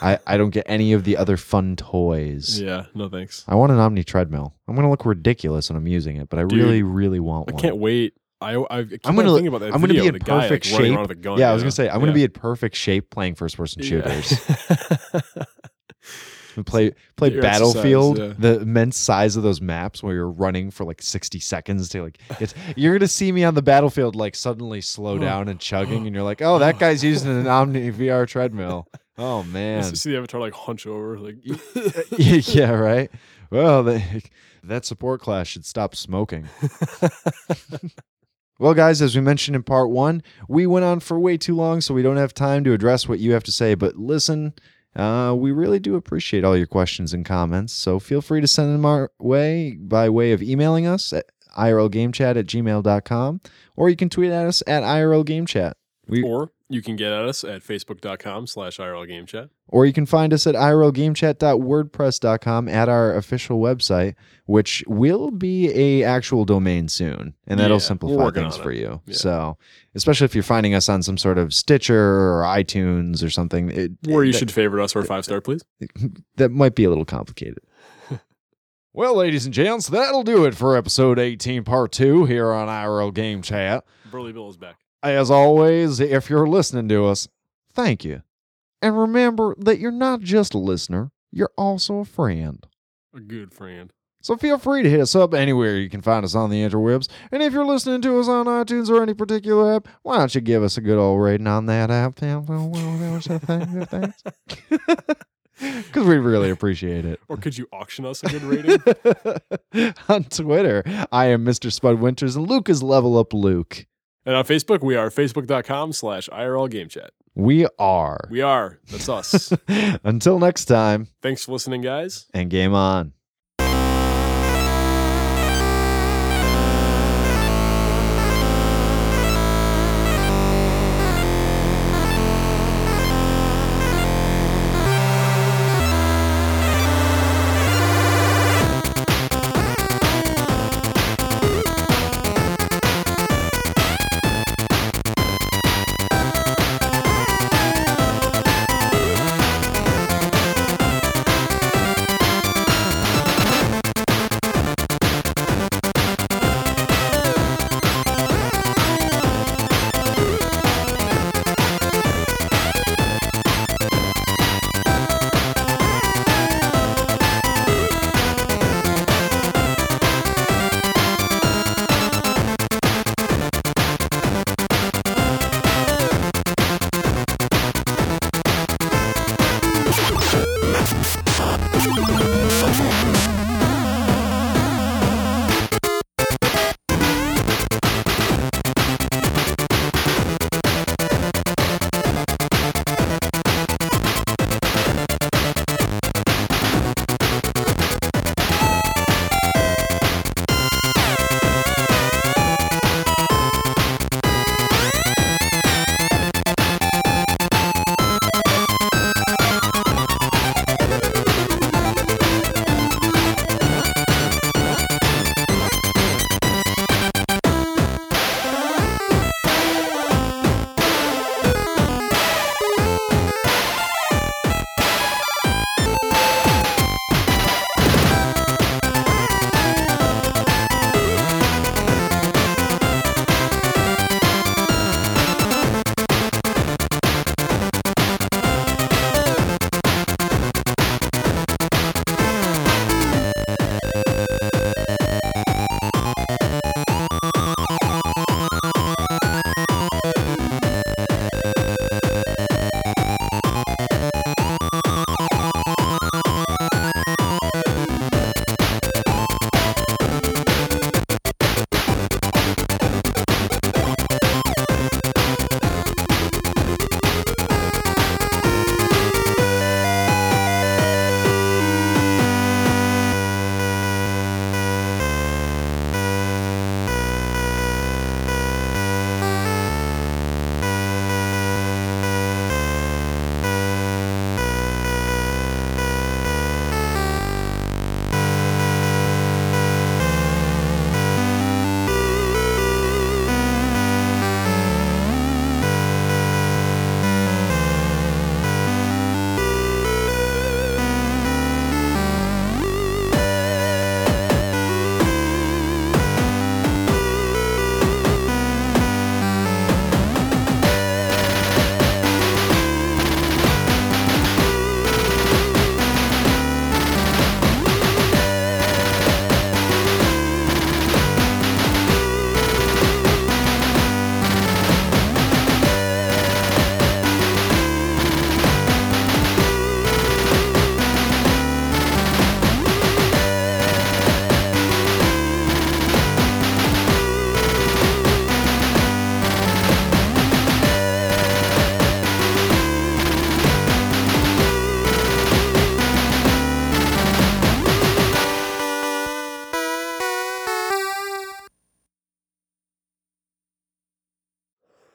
I, I don't get any of the other fun toys. yeah. No thanks. I want an Omni treadmill. I'm going to look ridiculous when I'm using it, but I Dude, really, really want I one. can't wait. I, I keep I'm I'm gonna- gonna think about that. I'm gonna video be of in the guy, like, perfect running around shape. with a gun, yeah, I you was know? gonna say I'm gonna Oh, Yeah. be in perfect shape playing first person shooters. We play play Your exercise, Battlefield, yeah. the immense size of those maps where you're running for like 60 seconds to like it's, you're gonna see me on the battlefield like suddenly slow Oh. down and chugging, and you're like, oh, that guy's using an Omni VR treadmill. Oh man. Just to see the avatar like hunch over, like yeah, right. Well, they, that support class should stop smoking. well, guys, as we mentioned in part one, we went on for way too long, so we don't have time to address what you have to say. But listen, uh, we really do appreciate all your questions and comments. So feel free to send them our way by way of emailing us at irlgamechat at gmail.com, or you can tweet at us at irlgamechat. We, or you can get at us at facebook.com slash IRL Game Chat. or you can find us at irlgamechat.wordpress.com at our official website, which will be a actual domain soon, and that'll Yeah, we're simplify working things on for you. Yeah. So, especially if you're finding us on some sort of Stitcher or iTunes or something, it, Where you that- should favorite us for a five star, please. that might be a little complicated. well, ladies and gents, that'll do it for episode 18, part two here on IRL Game Chat. Burly Bill is back. As always, if you're listening to us, thank you. And remember that you're not just a listener, you're also a friend. A good friend. So feel free to hit us up anywhere you can find us on the interwebs. And if you're listening to us on iTunes or any particular app, why don't you give us a good old rating on that app? Because we really appreciate it. Or could you auction us a good rating? on Twitter, I am Mr. Spud Winters, and Luke is Level Up Luke. and on Facebook, we are facebook.com slash IRL Game Chat. We are. We are. That's us. Until next time, Thanks for listening, guys. and game on. Thank you.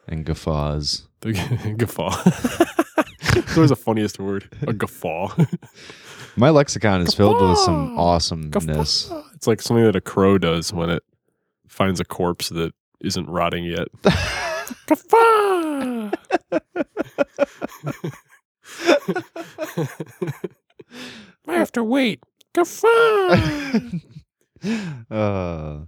and guffaws. The guffaw. it's always the funniest word. A guffaw. My lexicon is filled with some Guffaw. awesomeness. guffaw. It's like something that a crow does when it finds a corpse that isn't rotting yet. Guffaw. I have to wait. Guffaw. uh,